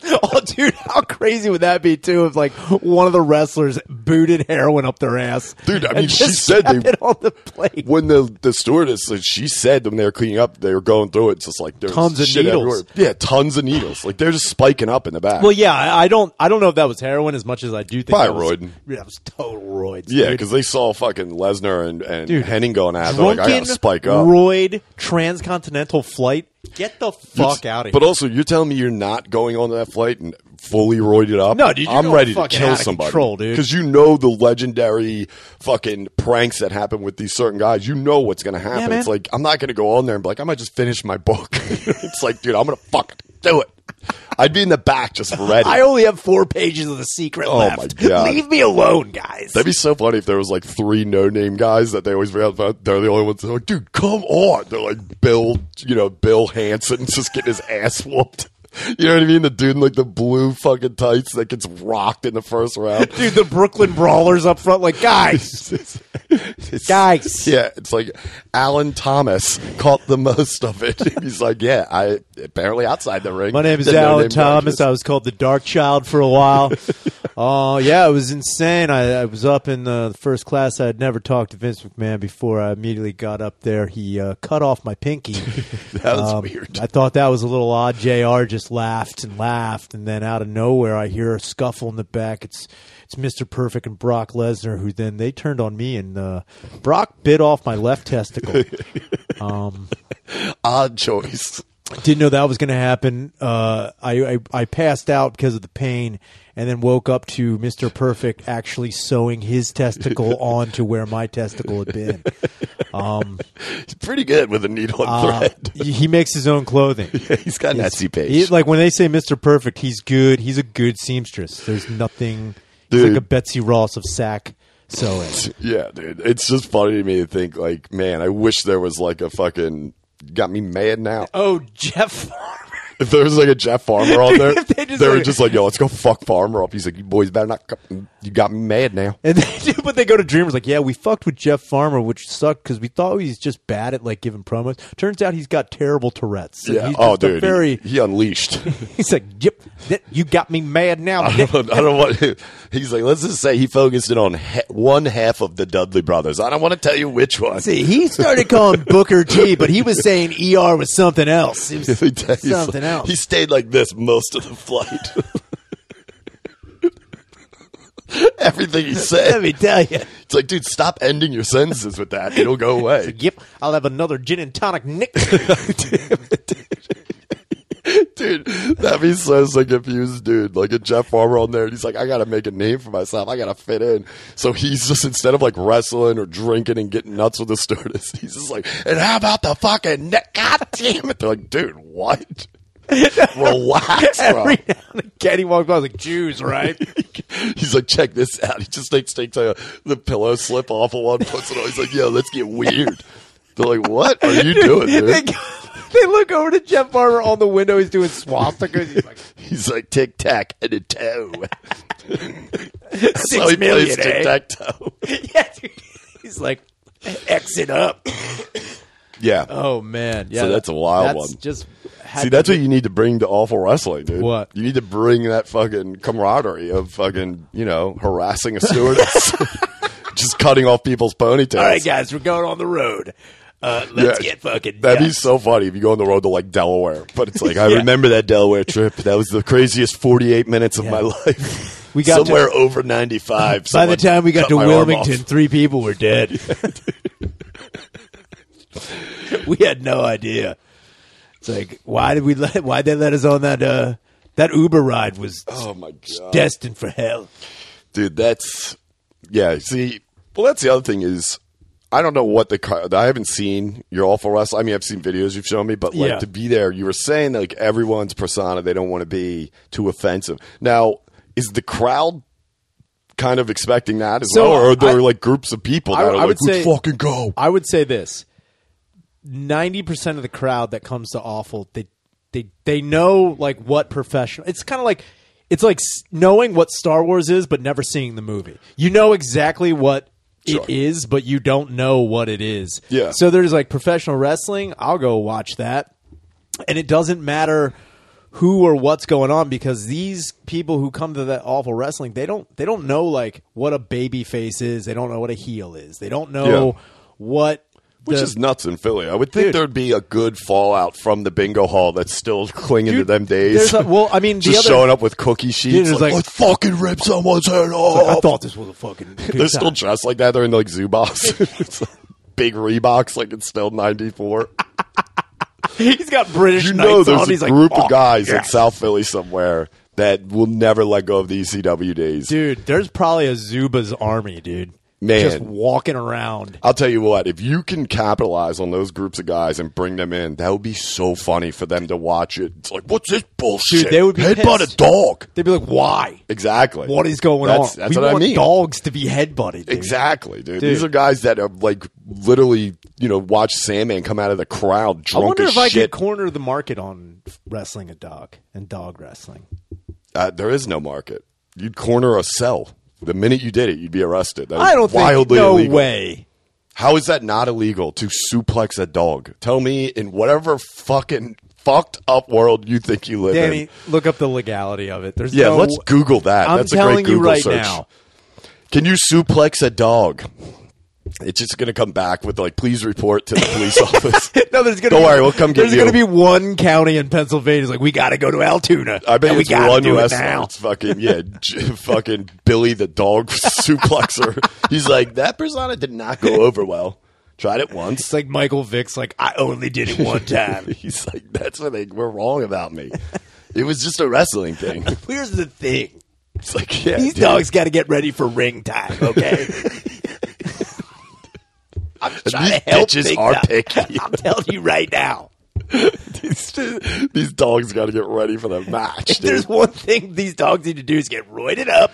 Oh, dude, how crazy would that be too? If like one of the wrestlers booted heroin up their ass,
Dude, I
and
mean, she
just
said
kept
they-
it on the plate.
when the the stewardess like, she said when they were cleaning up, they were going through it. It's just like there's
Tons of
shit
needles.
everywhere. Yeah, tons of needles. Like they're just spiking up in the back.
Well, yeah, I, I don't, I don't know if that was heroin as much as I do think
Probably
that was,
roid.
Yeah, it was total roids.
yeah,
dude.
because they saw fucking Lesnar and and
Dude,
Henning going at it. They're like, I
drunken
gotta spike up.
roid transcontinental flight. Get the fuck out of here!
But also, you're telling me you're not going on that flight and fully roided up?
No, dude, you're
I'm
going
ready to
fucking
kill
out of
somebody,
control, dude.
Because you know the legendary fucking pranks that happen with these certain guys. You know what's going to happen.
man.
it's like I'm not going to go on there and be like, I might just finish my book. it's like, dude, I'm going to fucking do it. I'd be in the back just ready.
I only have four pages of the secret
Oh, my
left.
God.
Leave me alone, guys.
That'd be so funny if there was like three no-name guys that they always bring up. but They're the only ones. that are like, dude, come on! They're like Bill, you know, Bill Hansen's just getting his ass whooped. You know what I mean? The dude in like the blue fucking tights that gets rocked in the first round.
dude, the Brooklyn Brawlers up front, like guys,
It's-
Guys.
yeah, it's like Alan Thomas caught the most of it. He's like, yeah, I apparently outside the ring.
My name is
the no-name
Alan
guys
Thomas.
just-
I was called the Dark Child for a while. Oh yeah, it was insane. I, I was up in the first class. I had never talked to Vince McMahon before. I immediately got up there. He uh, cut off my pinky.
That was
Um,
weird.
I thought that was a little odd. Jr. just laughed and laughed, and then out of nowhere, I hear a scuffle in the back. It's it's Mr. Perfect and Brock Lesnar, who then they turned on me, and uh, Brock bit off my left testicle.
Odd choice.
didn't know that was going to happen. Uh, I, I I passed out because of the pain, and then woke up to Mister Perfect actually sewing his testicle onto where my testicle had been. Um,
He's pretty good with a needle and
uh,
thread.
he he makes his own clothing.
He's got an Etsy page.
He- like when they say Mister Perfect, he's good. He's a good seamstress. There's nothing. He's
Dude.
like a Betsy Ross of sack sewing.
Yeah, dude. It's just funny to me to think like, man, I wish there was like a fucking got me mad now.
oh, Jeff.
If there was like a Jeff Farmer on there,
If
they,
they just
were
like-
just like, yo, let's go fuck Farmer up. He's like, you boys better not. co- You got me mad now.
And they do, but they go to Dreamers like, yeah, we fucked with Jeff Farmer, which sucked because we thought he's just bad at like giving promos. Turns out he's got terrible Tourette's.
Yeah.
He's
Oh,
just a
dude.
very.
He, he unleashed.
He's like, yep, that, you got me mad now.
I don't, I don't want. He's like, let's just say he focused in on ha- one half of the Dudley brothers. I don't want to tell you which one.
See, he started calling Booker T, but he was saying ER was something else. It was
He ta- he's
something
like-
else.
He stayed like this most of the flight. Everything he said.
Let me tell you.
It's like, dude, stop ending your sentences with that. It'll go away.
Yep, I'll have another gin and tonic, Nick.
dude, that'd be so, so confused, dude. Like a Jeff Farmer on there, and he's like, I gotta make a name for myself. I gotta fit in. So he's just, instead of like wrestling or drinking and getting nuts with the stewardess, he's just like, and how about the fucking neck? God damn it. They're like, dude, what? Relax, bro.
Every now and again, he walks by, I was like, Jews, right?
He's like, check this out. He just takes, takes uh, the pillow slip off of one, puts it on. He's like, yo, let's get weird. They're like, what are you doing, dude?
they, go- they look over to Jeff Farmer on the window. He's doing swastikas. He's like,
He's like tic tac and a toe.
Six million, eh?
tic tac toe.
yeah, dude. He's like, X it up.
Yeah.
Oh man, yeah.
So that's a wild
that's
one.
Just had
See,
to
that's
be-
what you need to bring to awful wrestling, dude.
What?
You need to bring that fucking camaraderie of fucking, you know, harassing a stewardess, just cutting off people's ponytails.
All right, guys, we're going on the road. Uh, let's
Yeah.
get fucking.
That'd be
nuts.
so funny if you go on the road to like Delaware. But it's like I remember that Delaware trip. That was the craziest forty-eight minutes of my life.
We got to-
somewhere over ninety-five.
By the
someone
time we
cut
got to
my arm off.
Wilmington, three people were dead. we had no idea. It's like, why did we let? Why they let us on that? Uh, that Uber ride was
Oh my god,
destined for hell.
dude, that's yeah. See, well, that's the other thing is I don't know what the car. I haven't seen your awful wrestle. I mean, I've seen videos you've shown me, but like
Yeah.
to be there, you were saying that, like everyone's persona, they don't want to be too offensive. Now, is the crowd? Kind of expecting that as
So,
well, or are there
I-
like groups of people
I-
that are
I
like,
would
"Let's
say-
fucking go."
I would say this: ninety percent of the crowd that comes to awful, they they they know like what professional. It's kind of like it's like s- knowing what Star Wars is, but never seeing the movie. You know exactly what.
Sure.
It is, but you don't know what it is.
Yeah.
So there's like professional wrestling. I'll go watch that, and it doesn't matter who or what's going on because these people who come to that awful wrestling, they don't they don't know like what a baby face is. They don't know what a heel is. They don't know
Yeah.
what
Which
the-
is nuts in Philly. I would think
Dude.
there'd be a good fallout from the bingo hall that's still clinging to
Dude,
them days.
there's a- well, I mean, the
just
other-
showing up with cookie sheets,
it's
like,
like-
let's fucking rip someone's head off.
I thought this was a fucking. good
They're still
time.
dressed like that. They're in like Zubas, It's like big Reeboks, like it's still '94.
He's got British
You
knights
know, there's
on. He's
a
like,
group
"Fuck
of guys in
yes."
South Philly somewhere that will never let go of the ECW days.
Dude, there's probably a Zuba's army, dude.
Man.
just walking around.
I'll tell you what, if you can capitalize on those groups of guys and bring them in, that would be so funny for them to watch it. It's like, what's this bullshit?
Dude, they would be
Headbutt
pissed.
a dog.
They'd be like, "Why?
Exactly.
What is going
that's,
on?
That's
we
what
want
I mean.
dogs to be headbutted." Dude.
Exactly, dude.
Dude.
These are guys that are like literally, you know, watch Sandman come out of the crowd
I
drunk
wonder
as
if I
shit.
could corner the market on wrestling a dog and dog wrestling.
uh, there is no market. You'd corner a cell. The minute you did it, you'd be arrested. That is
I don't
wildly
think. No
illegal.
way.
How is that not illegal to suplex a dog? Tell me in whatever fucking fucked up world you think you live in.
Danny, look up the legality of it. There's
Yeah,
no-
let's Google that.
I'm
That's a
telling
great
you
Google
right
search.
now.
Can you suplex a dog? It's just going to come back with like, please report to the police office.
No, there's gonna
Don't
be,
worry, we'll come get
There's
you.
gonna be one county in Pennsylvania. It's like we got to go to Altoona.
I bet
and
it's
we gotta
one
do it
wrestler.
now.
It's fucking yeah, j- fucking Billy the dog suplexer. He's like that persona did not go over well. Tried it once.
It's like Michael Vick's. Like I only did it one time.
He's like that's what they were wrong about me. It was just a wrestling thing.
Here's the thing:
It's like yeah,
these
dude.
dogs got to get ready for ring time. Okay. I'm trying
these
to help
bitches
things
are
out.
picky.
I'm telling you right now.
these, these dogs got to get ready for the match. Dude.
There's one thing these dogs need to do is get roided up,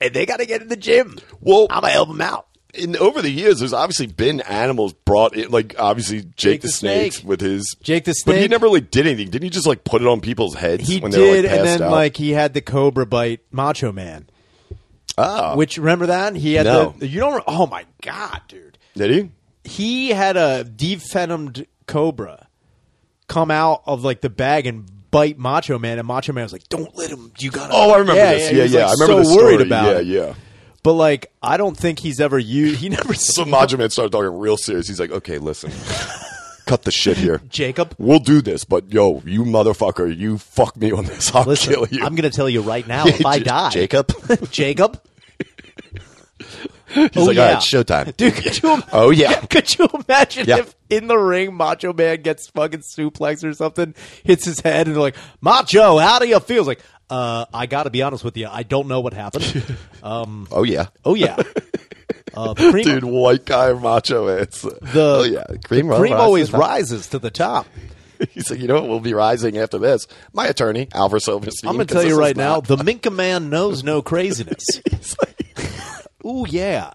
and they got to get in the gym.
Well-
I'm gonna help them out.
in over the years, there's obviously been animals brought in, like obviously Jake,
Jake
the,
the
Snake
Snake.
with his
Jake the
But he
Snake.
never really did anything. Didn't he just like put it on people's heads?
He
when
did,
they were, like,
and
passed
then
out?
like he had the Cobra bite Macho Man.
Ah.
which remember that he had
No.
the you don't. Oh my god, dude,
did he?
he had a devenomed Cobra come out of like the bag and bite Macho Man, and Macho Man was like, "Don't let him. You gotta."
Oh, I remember this.
he
Yeah,
was,
yeah.
like,
I remember
so
the
worried
story.
about it.
Yeah, yeah.
But like, I don't think he's ever used. He never.
So Macho Man started talking real serious. He's like, "Okay, listen, cut the shit here,
Jacob?
We'll do this, but yo, you motherfucker, you fuck me on this. I'll
Listen,
kill you."
I'm gonna tell you right now. If I
Ja-
die, Oh,
Jacob.
Jacob.
He's
oh,
like,
yeah.
"All right, showtime,
Dude, could you,
Oh, yeah.
Could you imagine
Yeah.
if in the ring Macho Man gets fucking suplex or something, hits his head, and they're like, Macho, how do you feel? It's like, uh, I got to be honest with you, I don't know what happened. um,
Oh yeah,
oh yeah, uh, cream,
dude, white guy Macho Man. It's- oh yeah, cream,
cream always
right.
rises to the top.
He's like, you know what? We'll be rising after this. My attorney, Alfred Silverstein.
I'm gonna
'cause
tell you
this
right
is
now,
not-
the Minka Man knows no craziness. Ooh yeah.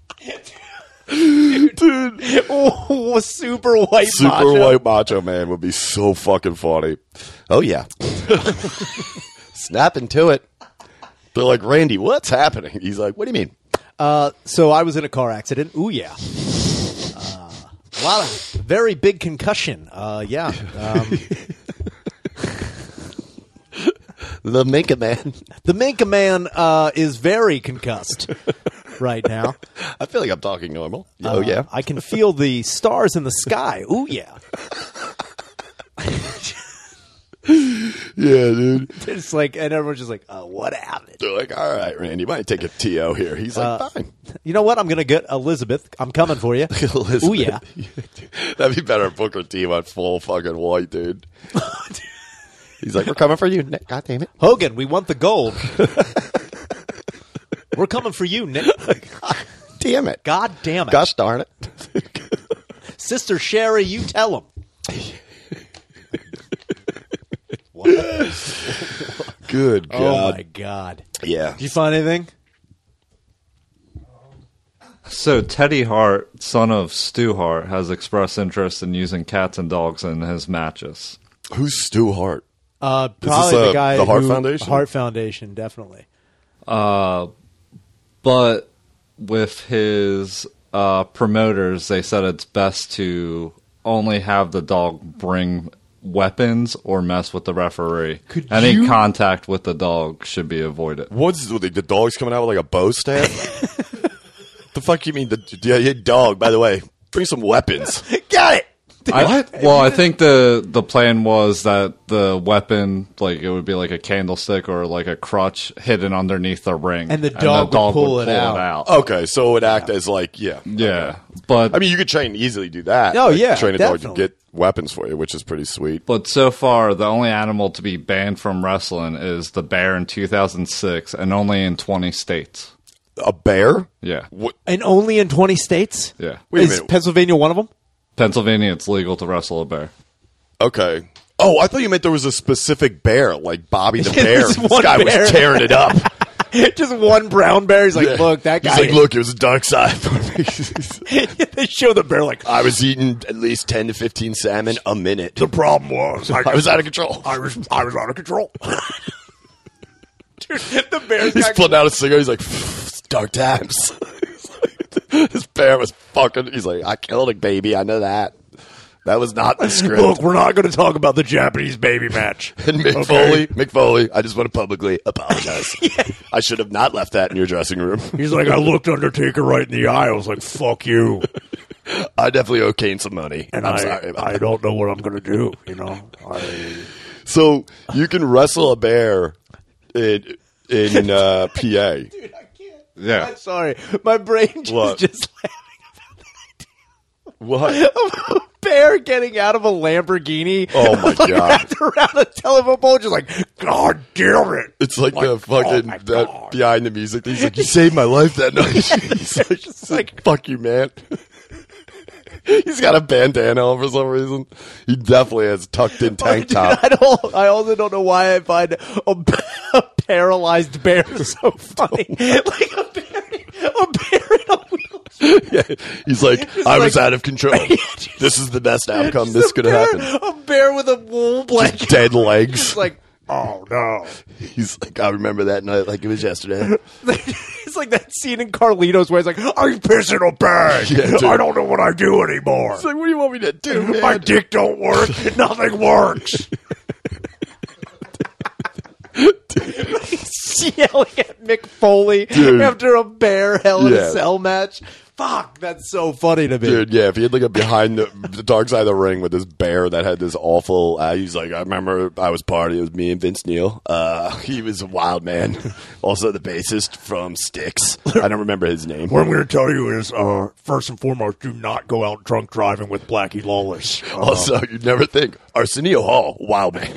dude,
Ooh, super white
super
macho.
white macho man would be so fucking funny. Oh yeah, snap into it. They're like, Randy, what's happening? He's like, what do you mean?
Uh, so I was in a car accident. Ooh yeah. Uh, A lot of very big concussion. Uh, yeah. Um,
The Minka Man.
the Minka Man uh, is very concussed right now.
I feel like I'm talking normal. oh
Uh,
yeah.
I can feel the stars in the sky. Ooh yeah.
yeah, dude.
It's like and everyone's just like, uh, what happened?
They're like, all right, Randy, you might take a TO here. He's like, fine.
You know what? I'm gonna get Elizabeth. I'm coming for you.
Elizabeth.
Ooh yeah.
That'd be better if Booker T went full fucking white, dude. He's like, we're coming for you. Nick. God damn it.
Hogan, we want the gold. We're coming for you, Nick.
Damn it.
God damn it.
Gosh darn it.
Sister Sherry, you tell him. what?
Good
Oh
God.
my god.
yeah.
Did you find anything?
So Teddy Hart, son of Stu Hart, has expressed interest in using cats and dogs in his matches.
Who's Stu Hart?
Uh,
this,
probably
uh,
the guy.
the Hart
who-
Foundation?
Hart Foundation, definitely.
But with his uh, promoters, they said it's best to only have the dog bring weapons or mess with the referee.
Could
Any
you-
contact with the dog should be avoided.
What's the dog's coming out with like a bow staff? the fuck you mean? The yeah, yeah, dog. By the way, bring some weapons.
Got it.
I, Well, I think the the plan was that the weapon, like it would be like a candlestick or like a crutch hidden underneath the ring,
And the dog would pull it out. Oh,
Okay, so it would act as like yeah,
Yeah, but
I mean, you could train easily do that.
Oh,
Like,
yeah,
train a dog to
definitely.
get weapons for you, which is pretty sweet.
but so far the only animal to be banned from wrestling is the bear in 2006, and only in 20 states.
A bear?
Yeah,
What?
And only in 20 states?
yeah.
Wait a
Is
minute.
Pennsylvania one of them?
Pennsylvania, it's legal to wrestle a bear.
Okay. Oh, I thought you meant there was a specific bear, like Bobby the
It
bear.
was
This
one
guy
bear.
was tearing it up.
Just one brown bear. He's like,
Yeah.
look, that guy.
He's like, look, it was a dark side for me.
they show the bear like,
I was eating at least ten to fifteen salmon a minute. The problem was I, was out of control. I was I was out of control.
dude, the bear's
He's
got-
putting out a cigarette. He's like, it's dark times. He's like, this bear was fucking. He's like, I killed a baby. I know that. That was not the script.
Look, we're not going to talk about the Japanese baby match.
and Mick Foley, Mick Foley, I just want to publicly apologize. I should have not left that in your dressing room.
He's like, I looked Undertaker right in the eye. I was like, fuck you.
I definitely owe Kane some money.
And
I'm
I,
sorry about
I
that.
don't know what I'm going to do, you know? I,
So you can wrestle a bear in in uh, PA.
Yeah.
I'm sorry. My brain just,
What?
just laughing
What?
of a bear getting out of a Lamborghini.
Oh, my
like,
God.
Wrapped around a telephone pole, just like, God damn it.
It's like, the
oh
fucking
my
that
God.
behind the music. He's like, "You saved my life that night." He's like,
Just like-
"Fuck you, man." He's got a bandana on for some reason. He definitely has tucked in tank
Dude,
top.
I don't. I also don't know why I find a, a paralyzed bear so funny. like a bear, a bear in a wheelchair.
He's like, "I was
like-
out of control. this is the best outcome this
Just a
could
bear-
happen."
A bear with a wool blanket.
Dead legs.
Just like oh no.
He's like, "I remember that night like it was yesterday."
It's like that scene in Carlitos where it's like, I'm pissing a bag.
Yeah, dude.
I don't know what I do anymore.
He's like, "What do you want me to do, man?"
My dick don't work. Nothing works. He's yelling at Mick Foley
Dude.
after a bear hell in
Yeah.
a cell match. Fuck, that's so funny to me.
Dude, yeah, if he had like a behind the, the dark side of the ring with this bear that had this awful, uh, he's like, I remember I was party. It was me and Vince Neil. Uh, he was a wild man. Also, the bassist from Styx. I don't remember his name.
What I'm going to tell you is, uh, first and foremost, do not go out drunk driving with Blackie Lawless. Uh,
Also, you'd never think Arsenio Hall, wild man.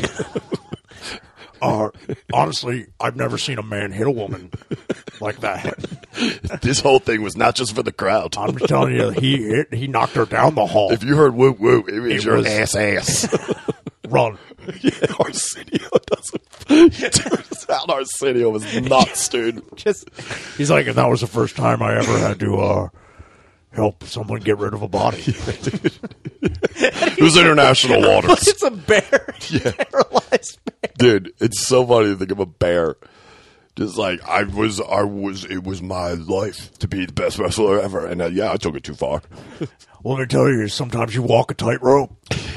uh, honestly, I've never seen a man hit a woman like that.
this whole thing was not just for the crowd.
I'm just telling you, he hit, he knocked her down the hall.
If you heard woo woo, it was
It
your
was-
ass ass.
Run.
yeah, Arsenio doesn't. Turns out Arsenio was nuts, dude.
Just
He's like, and that was the first time I ever had to uh, help someone get rid of a body.
It was international waters.
it's a bear, paralyzed bear.
dude it's so funny to think of a bear just like i was i was it was my life to be the best wrestler ever and uh, yeah i took it too far
Let me tell you, sometimes you walk a tightrope.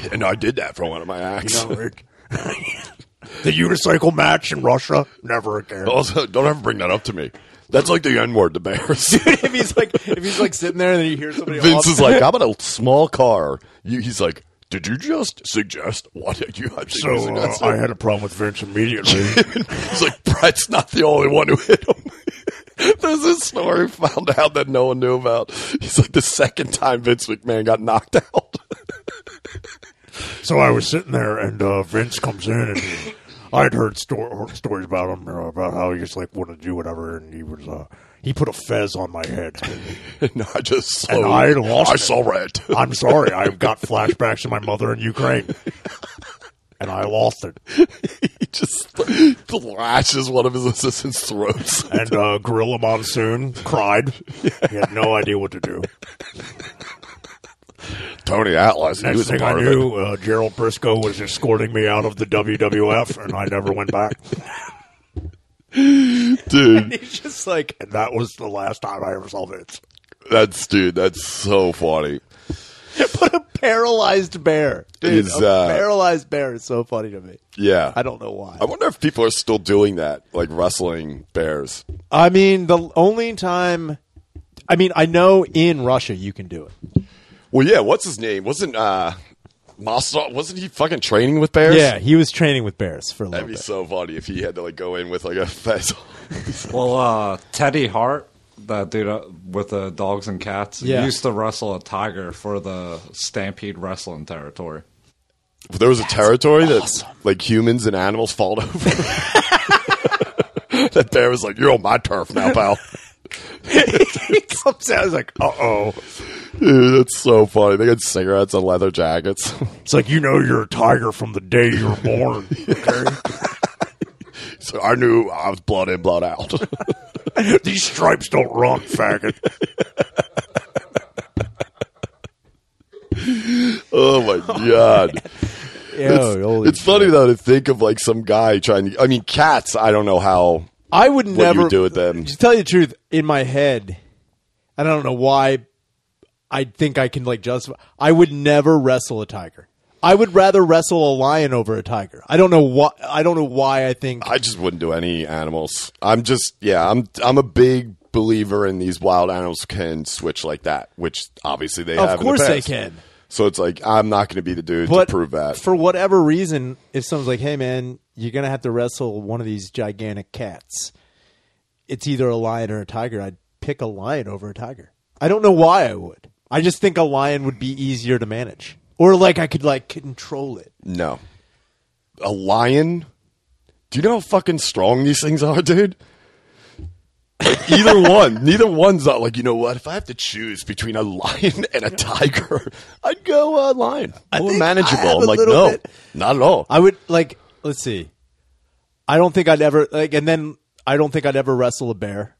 And I did that for one of my acts.
You know, Rick. the unicycle match in Russia, never again.
Oh.
Also, don't ever bring that up to me. That's like the N word to bears.
if he's like if he's like sitting there and then you hear somebody
Vince
off-
is like, how about a small car? You, he's like, did you just suggest what did you? I think
So
you
uh,
suggested."
I had a problem with Vince immediately.
He's like, Brett's not the only one who hit him. There's this story found out that no one knew about. He's like the second time Vince McMahon got knocked out.
so I was sitting there, and uh, Vince comes in, and I'd heard stor- stories about him uh, about how he just like wouldn't do whatever, and he was uh, he put a fez on my head.
and I just saw,
And I lost
I
it.
saw red.
I'm sorry, I've got flashbacks to my mother in Ukraine, and I lost it.
he just lashes one of his assistants' throats.
And uh, Gorilla Monsoon cried. He had no idea what to do.
Tony Atlas. he
Next
was a
thing I
part of it.
knew, uh, Gerald Briscoe was escorting me out of the WWF, and I never went back.
dude.
he's just like
And that was the last time I ever saw Vince.
That's dude. That's so funny.
put a paralyzed bear. Dude,
Is,
a
uh,
paralyzed bear is so funny to me.
Yeah,
I don't know why.
I wonder if people are still doing that, like wrestling bears.
I mean, the only time. I mean, I know in Russia you can do it.
Well, yeah. What's his name? Wasn't uh, Mostov? Wasn't he fucking training with bears?
Yeah, he was training with bears for a little
That'd be
bit.
so funny if he had to like go in with like a fez.
Well, uh, Teddy Hart, that dude uh, with the dogs and cats,
Yeah.
used to wrestle a tiger for the Stampede Wrestling territory.
If there was a territory that like humans and animals fought over. that bear was like, "You're on my turf now, pal."
he comes out, he's like, uh oh.
Dude, that's so funny. They got cigarettes and leather jackets.
It's like, you know, you're a tiger from the day you were born. Okay?
so I knew I was blood in, blood out.
These stripes don't run, faggot.
oh my god.
Yo, Oh, holy
it's funny though to think of like some guy trying to. I mean, cats. I don't know how.
I would
you
never
would do with them.
To tell you the truth, in my head, and I don't know why. I think I can like justify. I would never wrestle a tiger. I would rather wrestle a lion over a tiger. I don't know why. I don't know why. I think
I just wouldn't do any animals. I'm just yeah. I'm I'm a big believer in these wild animals can switch like that, which obviously they have.
Of
in the
course they
past.
can.
So it's like I'm not going to be the dude
but
to prove that.
for whatever reason, if someone's like, "Hey, man, you're gonna have to wrestle one of these gigantic cats," it's either a lion or a tiger. I'd pick a lion over a tiger. I don't know why I would. I just think a lion would be easier to manage, or like I could like control it.
no, a lion. Do you know how fucking strong these things are, dude? Like, either one, neither one's not like you know what. If I have to choose between a lion and a tiger, I'd go uh, lion. More
think I
manageable.
have
I'm
a
like
little
no,
bit-
not at all.
I would like. Let's see. I don't think I'd ever like, and then I don't think I'd ever wrestle a bear.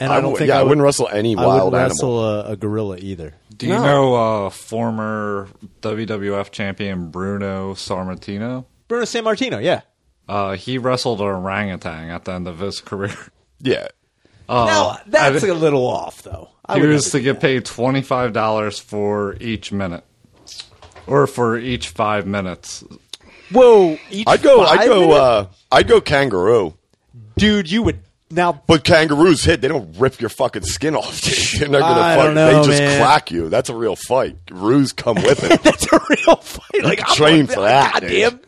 And I,
I
don't
would-
think
yeah, I
I would,
wouldn't wrestle any
I
wild
wouldn't
animal.
wrestle a, a gorilla either.
Do you know uh, former WWF champion Bruno Sammartino?
Bruno San Martino, yeah.
Uh, he wrestled an orangutan at the end of his career.
yeah,
Uh,
now that's
I-
a little off, though. I
he
would
was
never-
to get paid twenty five dollars for each minute, or for each five minutes.
Whoa, each
I'd go.
five
I'd go.
minute-
Uh, I'd go kangaroo.
dude. You would now.
But kangaroos hit. They don't rip your fucking skin off. dude. You're not gonna
I
fight.
don't know,
they just
man.
crack you. That's a real fight. Roos come with it.
That's a real fight. Like I'm
train
like,
for that,
Goddamn,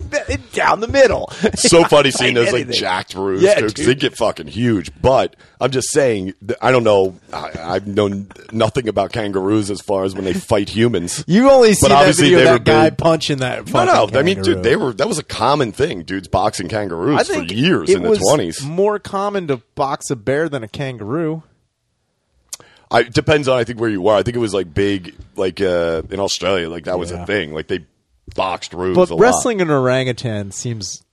down the middle.
so funny seeing
Fight
those like
anything.
jacked roos
Yeah,
because they
dude.
get fucking huge. But I'm just saying. th- I don't know. I, I've known nothing about kangaroos as far as when they fight humans.
You only see that
obviously
video of
they were
that guy
big.
punching that.
no, no.
fucking
I mean, dude,
kangaroo.
they were. That was a common thing. Dudes boxing kangaroos
I
for
think
years
it
in the
was
twenties.
More common to box a bear than a kangaroo.
I it depends on I think where you were. I think it was like big, like uh, in Australia, like that was a
Yeah.
thing. Like they boxed roos.
But
a lot.
wrestling an orangutan seems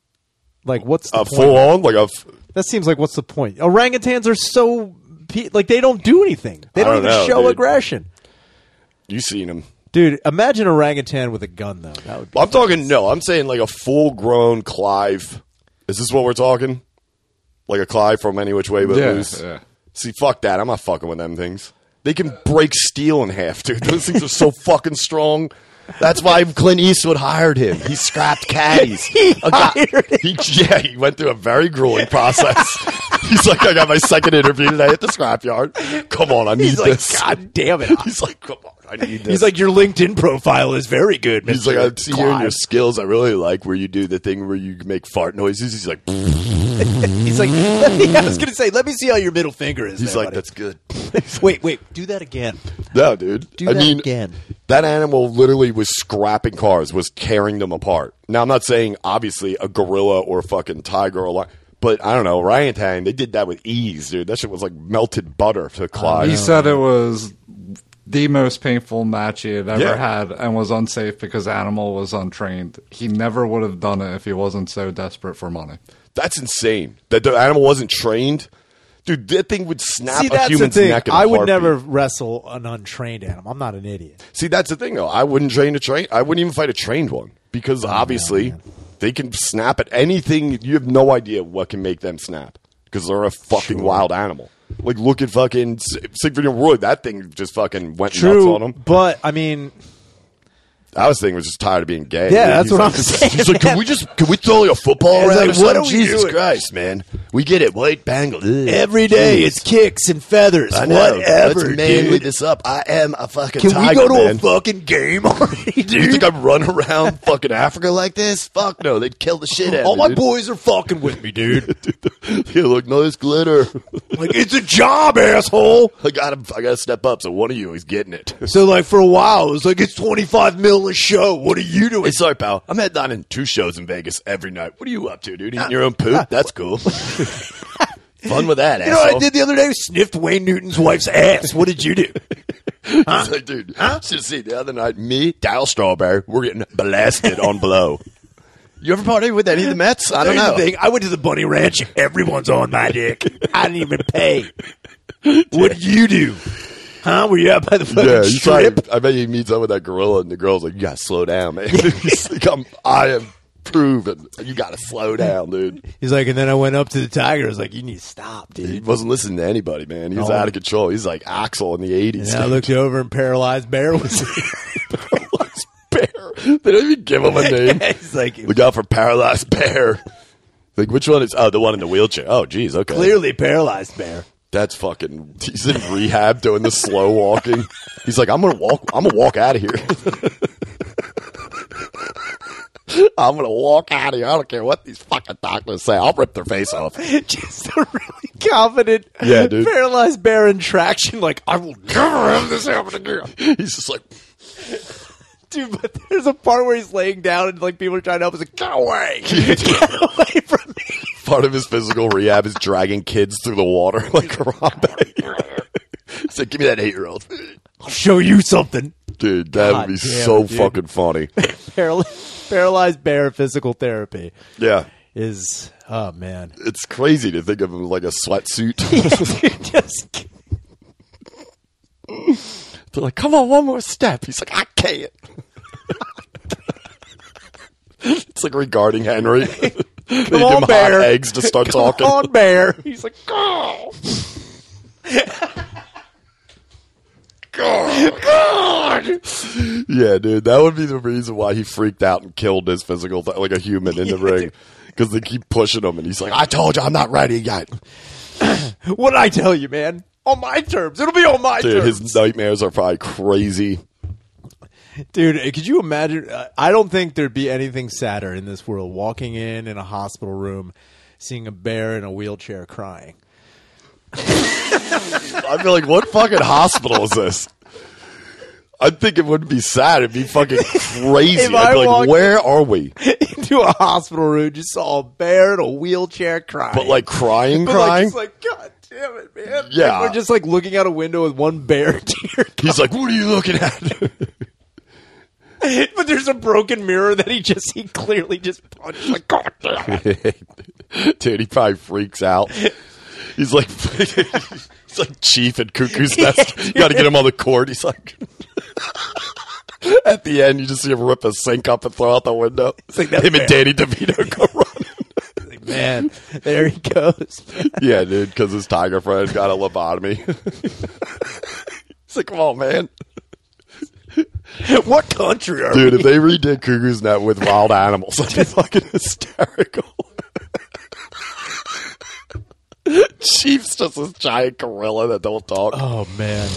like what's
a
the point?
full on, like a. F-
That seems like what's the point? Orangutans are so pe- like they don't do anything. They
I
don't,
don't
even
know,
show
dude.
aggression.
you seen them?
Dude, imagine orangutan with a gun though. That would be
I'm talking. No, I'm saying like a full grown Clive. Is this what we're talking? Like a Clive from any which way but
Yeah,
loose.
yeah.
See, fuck that. I'm not fucking with them things. They can break steel in half, dude. Those things are so fucking strong. That's why Clint Eastwood hired him. He scrapped caddies. he, he Yeah, he went through a very grueling process. He's like, I got my second interview today at the scrapyard. Come on, I need
He's like,
this.
God damn it.
He's like, come on, I need this.
He's like, your LinkedIn profile is very good, Mr.
He's like, I see you in your
Clive."
skills. I really like where you do the thing where you make fart noises. He's like,
He's like, yeah, I was going to say, let me see how your middle finger is.
he's
there,
like, that's good.
buddy. Wait, wait, do that again.
No, dude.
Do
I
that
mean,
again.
that animal literally was scrapping cars, was tearing them apart. Now, I'm not saying obviously a gorilla or a fucking tiger or a lion, but I don't know, orangutan. They did that with ease, dude. That shit was like melted butter to Clive.
He said it was the most painful match he had ever
Yeah.
had and was unsafe because Animal was untrained. He never would have done it if he wasn't so desperate for money.
that's insane. That the animal wasn't trained, dude. That thing would snap
See,
a
that's the
human's
thing.
neck. In a
I would
heartbeat.
never wrestle an untrained animal. I'm not an idiot.
See, that's the thing, though. I wouldn't train a train. I wouldn't even fight a trained one because
Oh,
obviously they can snap at anything. You have no idea what can make them snap because they're a fucking wild animal. Like look at fucking S- Siegfried and Roy. That thing just fucking went nuts on him.
but I mean,
I was thinking was just tired of being gay.
Yeah,
Dude, he's
that's what
like-
I'm saying,
He's like, can we just can we throw a football
It's
around?
like,
or
what
something?
are we
Jesus
doing?
Christ, man? We get it. White Bengal. Ugh.
every day it's kicks and feathers.
I know.
Whatever,
Let's manly
dude.
this up. I am a fucking.
Can we
tiger,
go to
man.
a fucking game already,
Do you
dude?
think I'm running around fucking Africa like this? Fuck no, they'd kill the shit out
All
of
my
me,
boys are fucking with me, dude.
dude. Yeah, look, no, this glitter.
like, it's a job, asshole.
I gotta, I gotta step up. So one of you is getting it.
So, like, for a while, it was like, it's 25 mil a show. What are you doing?
It's sorry, pal. I'm headlining two shows in Vegas every night. What are you up to, dude? Eating your own poop? That's cool. Fun with that,
You know
asshole.
what I did the other day? Sniffed Wayne Newton's wife's ass. What did you do?
He's like, dude, should see the other night. Me, Dial Strawberry, we're getting blasted on blow. You ever party with any of the Mets? I don't
Here's
know.
the thing. I went to the Bunny Ranch. Everyone's on my dick. I didn't even pay. What did you do? Huh? Were you out by the fucking
Yeah, you
strip?
probably, I bet you meets up with that gorilla, and the girl's like, "You gotta slow down, man. He's like, I'm, I am proven. You gotta slow down, dude."
He's like, and then I went up to the tiger. I was like, you need to stop,
He
dude.
wasn't listening to anybody, man. He was
No.
out of control. He's like Axel in the
And
'80s.
then I looked over and Paralyzed Bear was
Paralyzed bear. They don't even give him a name.
He's like,
Look out for paralyzed bear. Like which one is? Oh, the one in the wheelchair. Oh, geez. Okay,
clearly Paralyzed Bear.
that's fucking. He's in rehab doing the slow walking. He's like, I'm gonna walk. I'm gonna walk out of here. I'm gonna walk out of here. I don't care what these fucking doctors say. I'll rip their face off.
Just a really confident
Yeah, dude.
Paralyzed Bear in traction. Like, I will never have this happen again.
He's just like,
Dude, but there's a part where he's laying down and like people are trying to help. He's like, "Get away, get away from me!"
part of his physical rehab is dragging kids through the water like Harambe. He's like, give me that eight year old,
I'll show you something.
dude. That
God
would be
damn it,
so
dude.
fucking funny.
Paral- paralyzed bear physical therapy
Yeah.
is oh man,
It's crazy to think of him like a sweatsuit.
just
They're like, come on, one more step. He's like, I can't. it's like regarding Henry. They give
on,
him
Bear.
hot eggs to start talking.
on bear. He's like, "Go."
Yeah, dude, that would be the reason why he freaked out and killed his physical, th- like a human in the ring. Because they keep pushing him, and he's like, I told you I'm not ready yet.
what did I tell you, man? On my terms, it'll be on my
Dude,
terms.
his nightmares are probably crazy.
Dude, could you imagine? uh, I don't think there'd be anything sadder in this world. Walking in in a hospital room, seeing a bear in a wheelchair crying.
I'd be like, what fucking hospital is this? I think it wouldn't be sad. It'd be fucking crazy. I'd
If I
be like,
walked-
where are we?
into a hospital room, just saw a bear in a wheelchair crying.
But like crying,
But, like,
crying.
just like, God damn it, man.
Yeah.
Like, we're just like looking out a window with one bear tear.
He's like, "What are you looking at?"
but there's a broken mirror that he just, he clearly just punched. Like, God damn it.
Dude, he probably freaks out. He's like, he's like Chief at Cuckoo's Nest. You got to get him on the court. He's like, at the end, you just see him rip a sink up and throw out the window.
like, that's
him and
fair.
Danny DeVito go running.
Like, man, there he goes.
yeah, dude, because his tiger friend got a lobotomy. It's like, come on, man.
what country are
Dude, if they redid Cuckoo's Nut with wild animals, that'd be fucking hysterical. Chief's just this giant gorilla that don't talk. Oh,
Oh man,
no.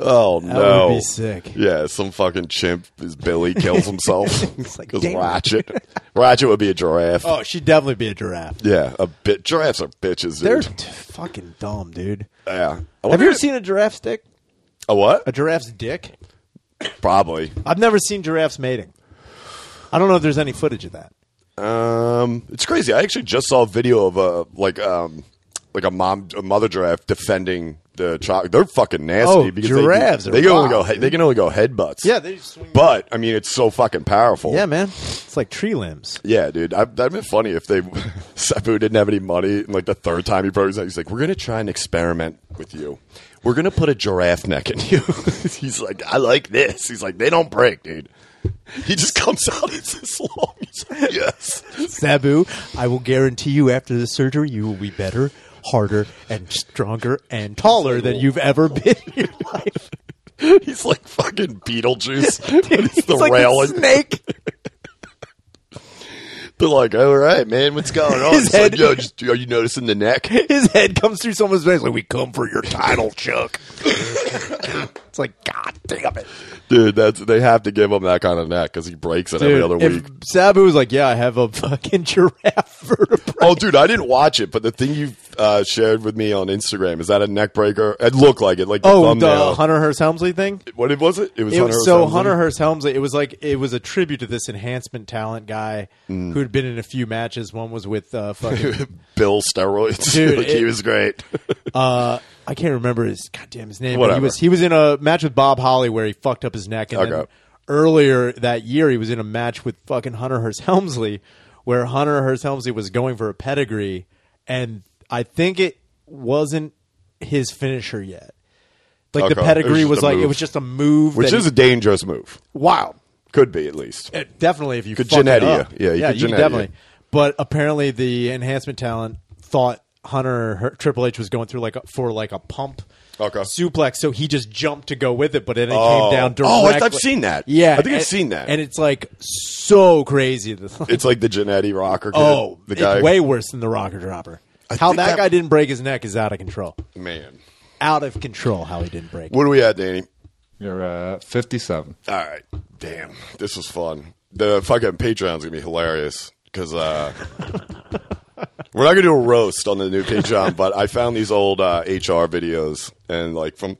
Oh, that would be sick.
Oh, Yeah, some fucking chimp, his Billy kills himself.
It's like,
Because
damn it.
Ratchet. Ratchet would be a giraffe.
Oh, she'd definitely be a giraffe.
Yeah, a bit. Giraffes are bitches,
They're
dude.
t- fucking dumb, dude.
yeah. I
Have
wonder
you ever
if-
seen a giraffe's dick?
a what?
A giraffe's dick?
Probably.
I've never seen giraffes mating. I don't know if there's any footage of that.
Um, it's crazy. I actually just saw a video of a like um like a mom a mother giraffe defending the child. They're fucking nasty.
Oh,
they can-
giraffes are
They, can only go.
wild,
he- They can only go headbutts.
Yeah, they just swing.
but I mean, it's so fucking powerful.
yeah, man, it's like tree limbs.
Yeah, dude. I, that'd been funny if they Sabu didn't have any money, and like the third time he proposed, he's like, "We're gonna try and experiment with you. We're gonna put a giraffe neck in you." he's like, "I like this." He's like, "They don't break, dude." He just comes out. It's this long. He's like, "Yes."
Sabu, I will guarantee you after the surgery, you will be better, harder, and stronger and taller than you've ever been in your life.
He's like fucking Beetlejuice. but it's
He's
the
like a
railing.
snake.
They're like, all right, man, what's going on?
His
It's like,
head-
Yo, just, are you noticing the neck?
His head comes through someone's face like we come for your
title, Chuck?
It's like God damn it,
Dude, that's they have to give him that kind of neck because he breaks it every other week.
if Sabu was like, "Yeah, I have a fucking giraffe vertebra,"
Oh, dude, I didn't watch it, but the thing you uh, shared with me on Instagram is that a neck breaker? It looked like it, like the
oh,
thumbnail.
the Hunter Hearst Helmsley thing.
what it was it? It was
It
Hunter.
was, so
Thompson?
Hunter Hearst Helmsley. It was like it was a tribute to this enhancement talent guy
Mm.
who had been in a few matches. One was with uh, fucking
Bill steroids.
Dude,
like,
it-
he was great.
uh, I can't remember his goddamn his name. but He
Whatever.
was he was in a match with Bob Holly where he fucked up his neck, and then
Okay.
earlier that year he was in a match with fucking Hunter Hearst Helmsley where Hunter Hearst Helmsley was going for a pedigree, and I think it wasn't his finisher yet. Like the
Okay. It was
pedigree
just
was,
a
like it
move.
was just a move,
Which
that
is
he-
a dangerous move.
wow.
Could be at least.
Uh, definitely if you
Could
fuck it
Gennady you.
up.
Yeah, you could Gennady you.
definitely. But apparently, the enhancement talent thought Hunter her, Triple H was going through like a, for like a pump
Okay.
suplex, so he just jumped to go with it, but then it
Oh.
came down
Oh,
directly.
I- I've seen that.
Yeah,
I think I've
and-
seen that.
and it's like so crazy. It's like,
It's like the Janetti rocker. Kid,
oh,
the guy.
it's way worse than the rocker dropper.
I
how
think
that
that-
guy didn't break his neck is out of control.
man.
Out of control. How he didn't break. it.
What are we at, Danny?
You're at 57.
All right. Damn. This was fun. The fucking Patreon's going to be hilarious because uh, we're not going to do a roast on the new Patreon, but I found these old uh, HR videos and like from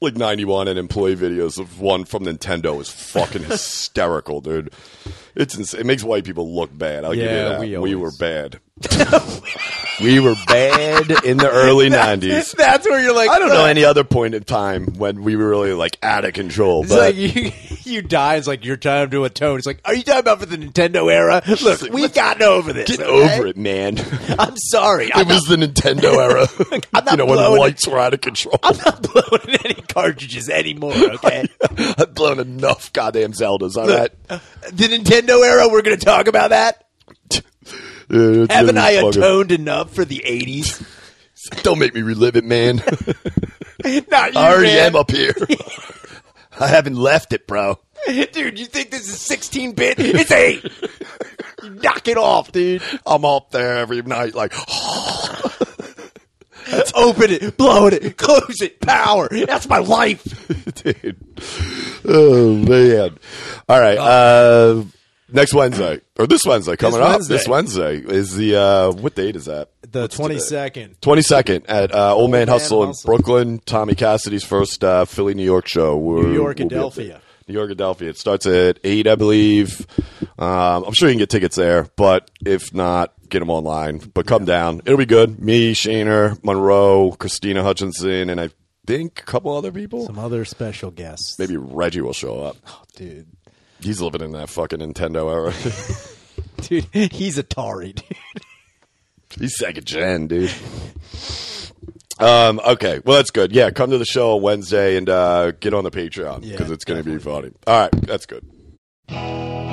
like 91 and employee videos of one from Nintendo is fucking hysterical, dude. It's ins- It makes white people look bad. I'll give you
Yeah,
that.
we
We,
always-
were bad. we were bad in the early 90s.
That's where you're like.
I don't
"Ugh."
know any other point in time when we were really like out of control.
It's
but
like you, you die. It's like your time to atone. It's like, are you talking about for the Nintendo era? Look, we've gotten over this.
Get
okay?
over it, man.
I'm sorry.
It
I'm,
was the Nintendo era.
I'm not
you know, when the
blowing it.
lights were out of control.
I'm not blowing any cartridges anymore. Okay.
I've blown enough goddamn Zeldas. All
Look,
right.
uh, the Nintendo era. We're going to talk about that.
Yeah, it's-
Haven't
it's
I
fucking-
atoned enough for the '80s?
Don't make me relive it, man.
not you,
I already
man.
am E up here. I haven't left it, bro.
dude. You think this is 16 bit? It's eight. Knock it off, dude.
I'm up there every night, like,
Open it, blow it, close it, power. That's my life.
dude. Oh man! All right. Uh, next Wednesday or this Wednesday coming up.
Wednesday.
This Wednesday is the uh, what date is that?
The 22nd.
Twenty second at uh, Old Man,
Man
Hustle in
Hustle.
Brooklyn. Tommy Cassidy's first uh, Philly, New York show. We're-
New York,
we'll be up
Adelphia.
there. New York, Adelphia. It starts at eight, I believe. Um, I'm sure you can get tickets there, but if not, get them online. But come down; it'll be good. Me, Shayner, Monroe, Christina Hutchinson, and I think a couple other people.
Some other special guests.
Maybe Reggie will show up.
dude.
He's living in that fucking Nintendo era.
Dude, he's Atari. Dude.
He's second gen, dude. Um, okay, well that's good. Yeah, come to the show on Wednesday and uh, get on the Patreon
Yeah,
because it's going to be funny. All right, that's good.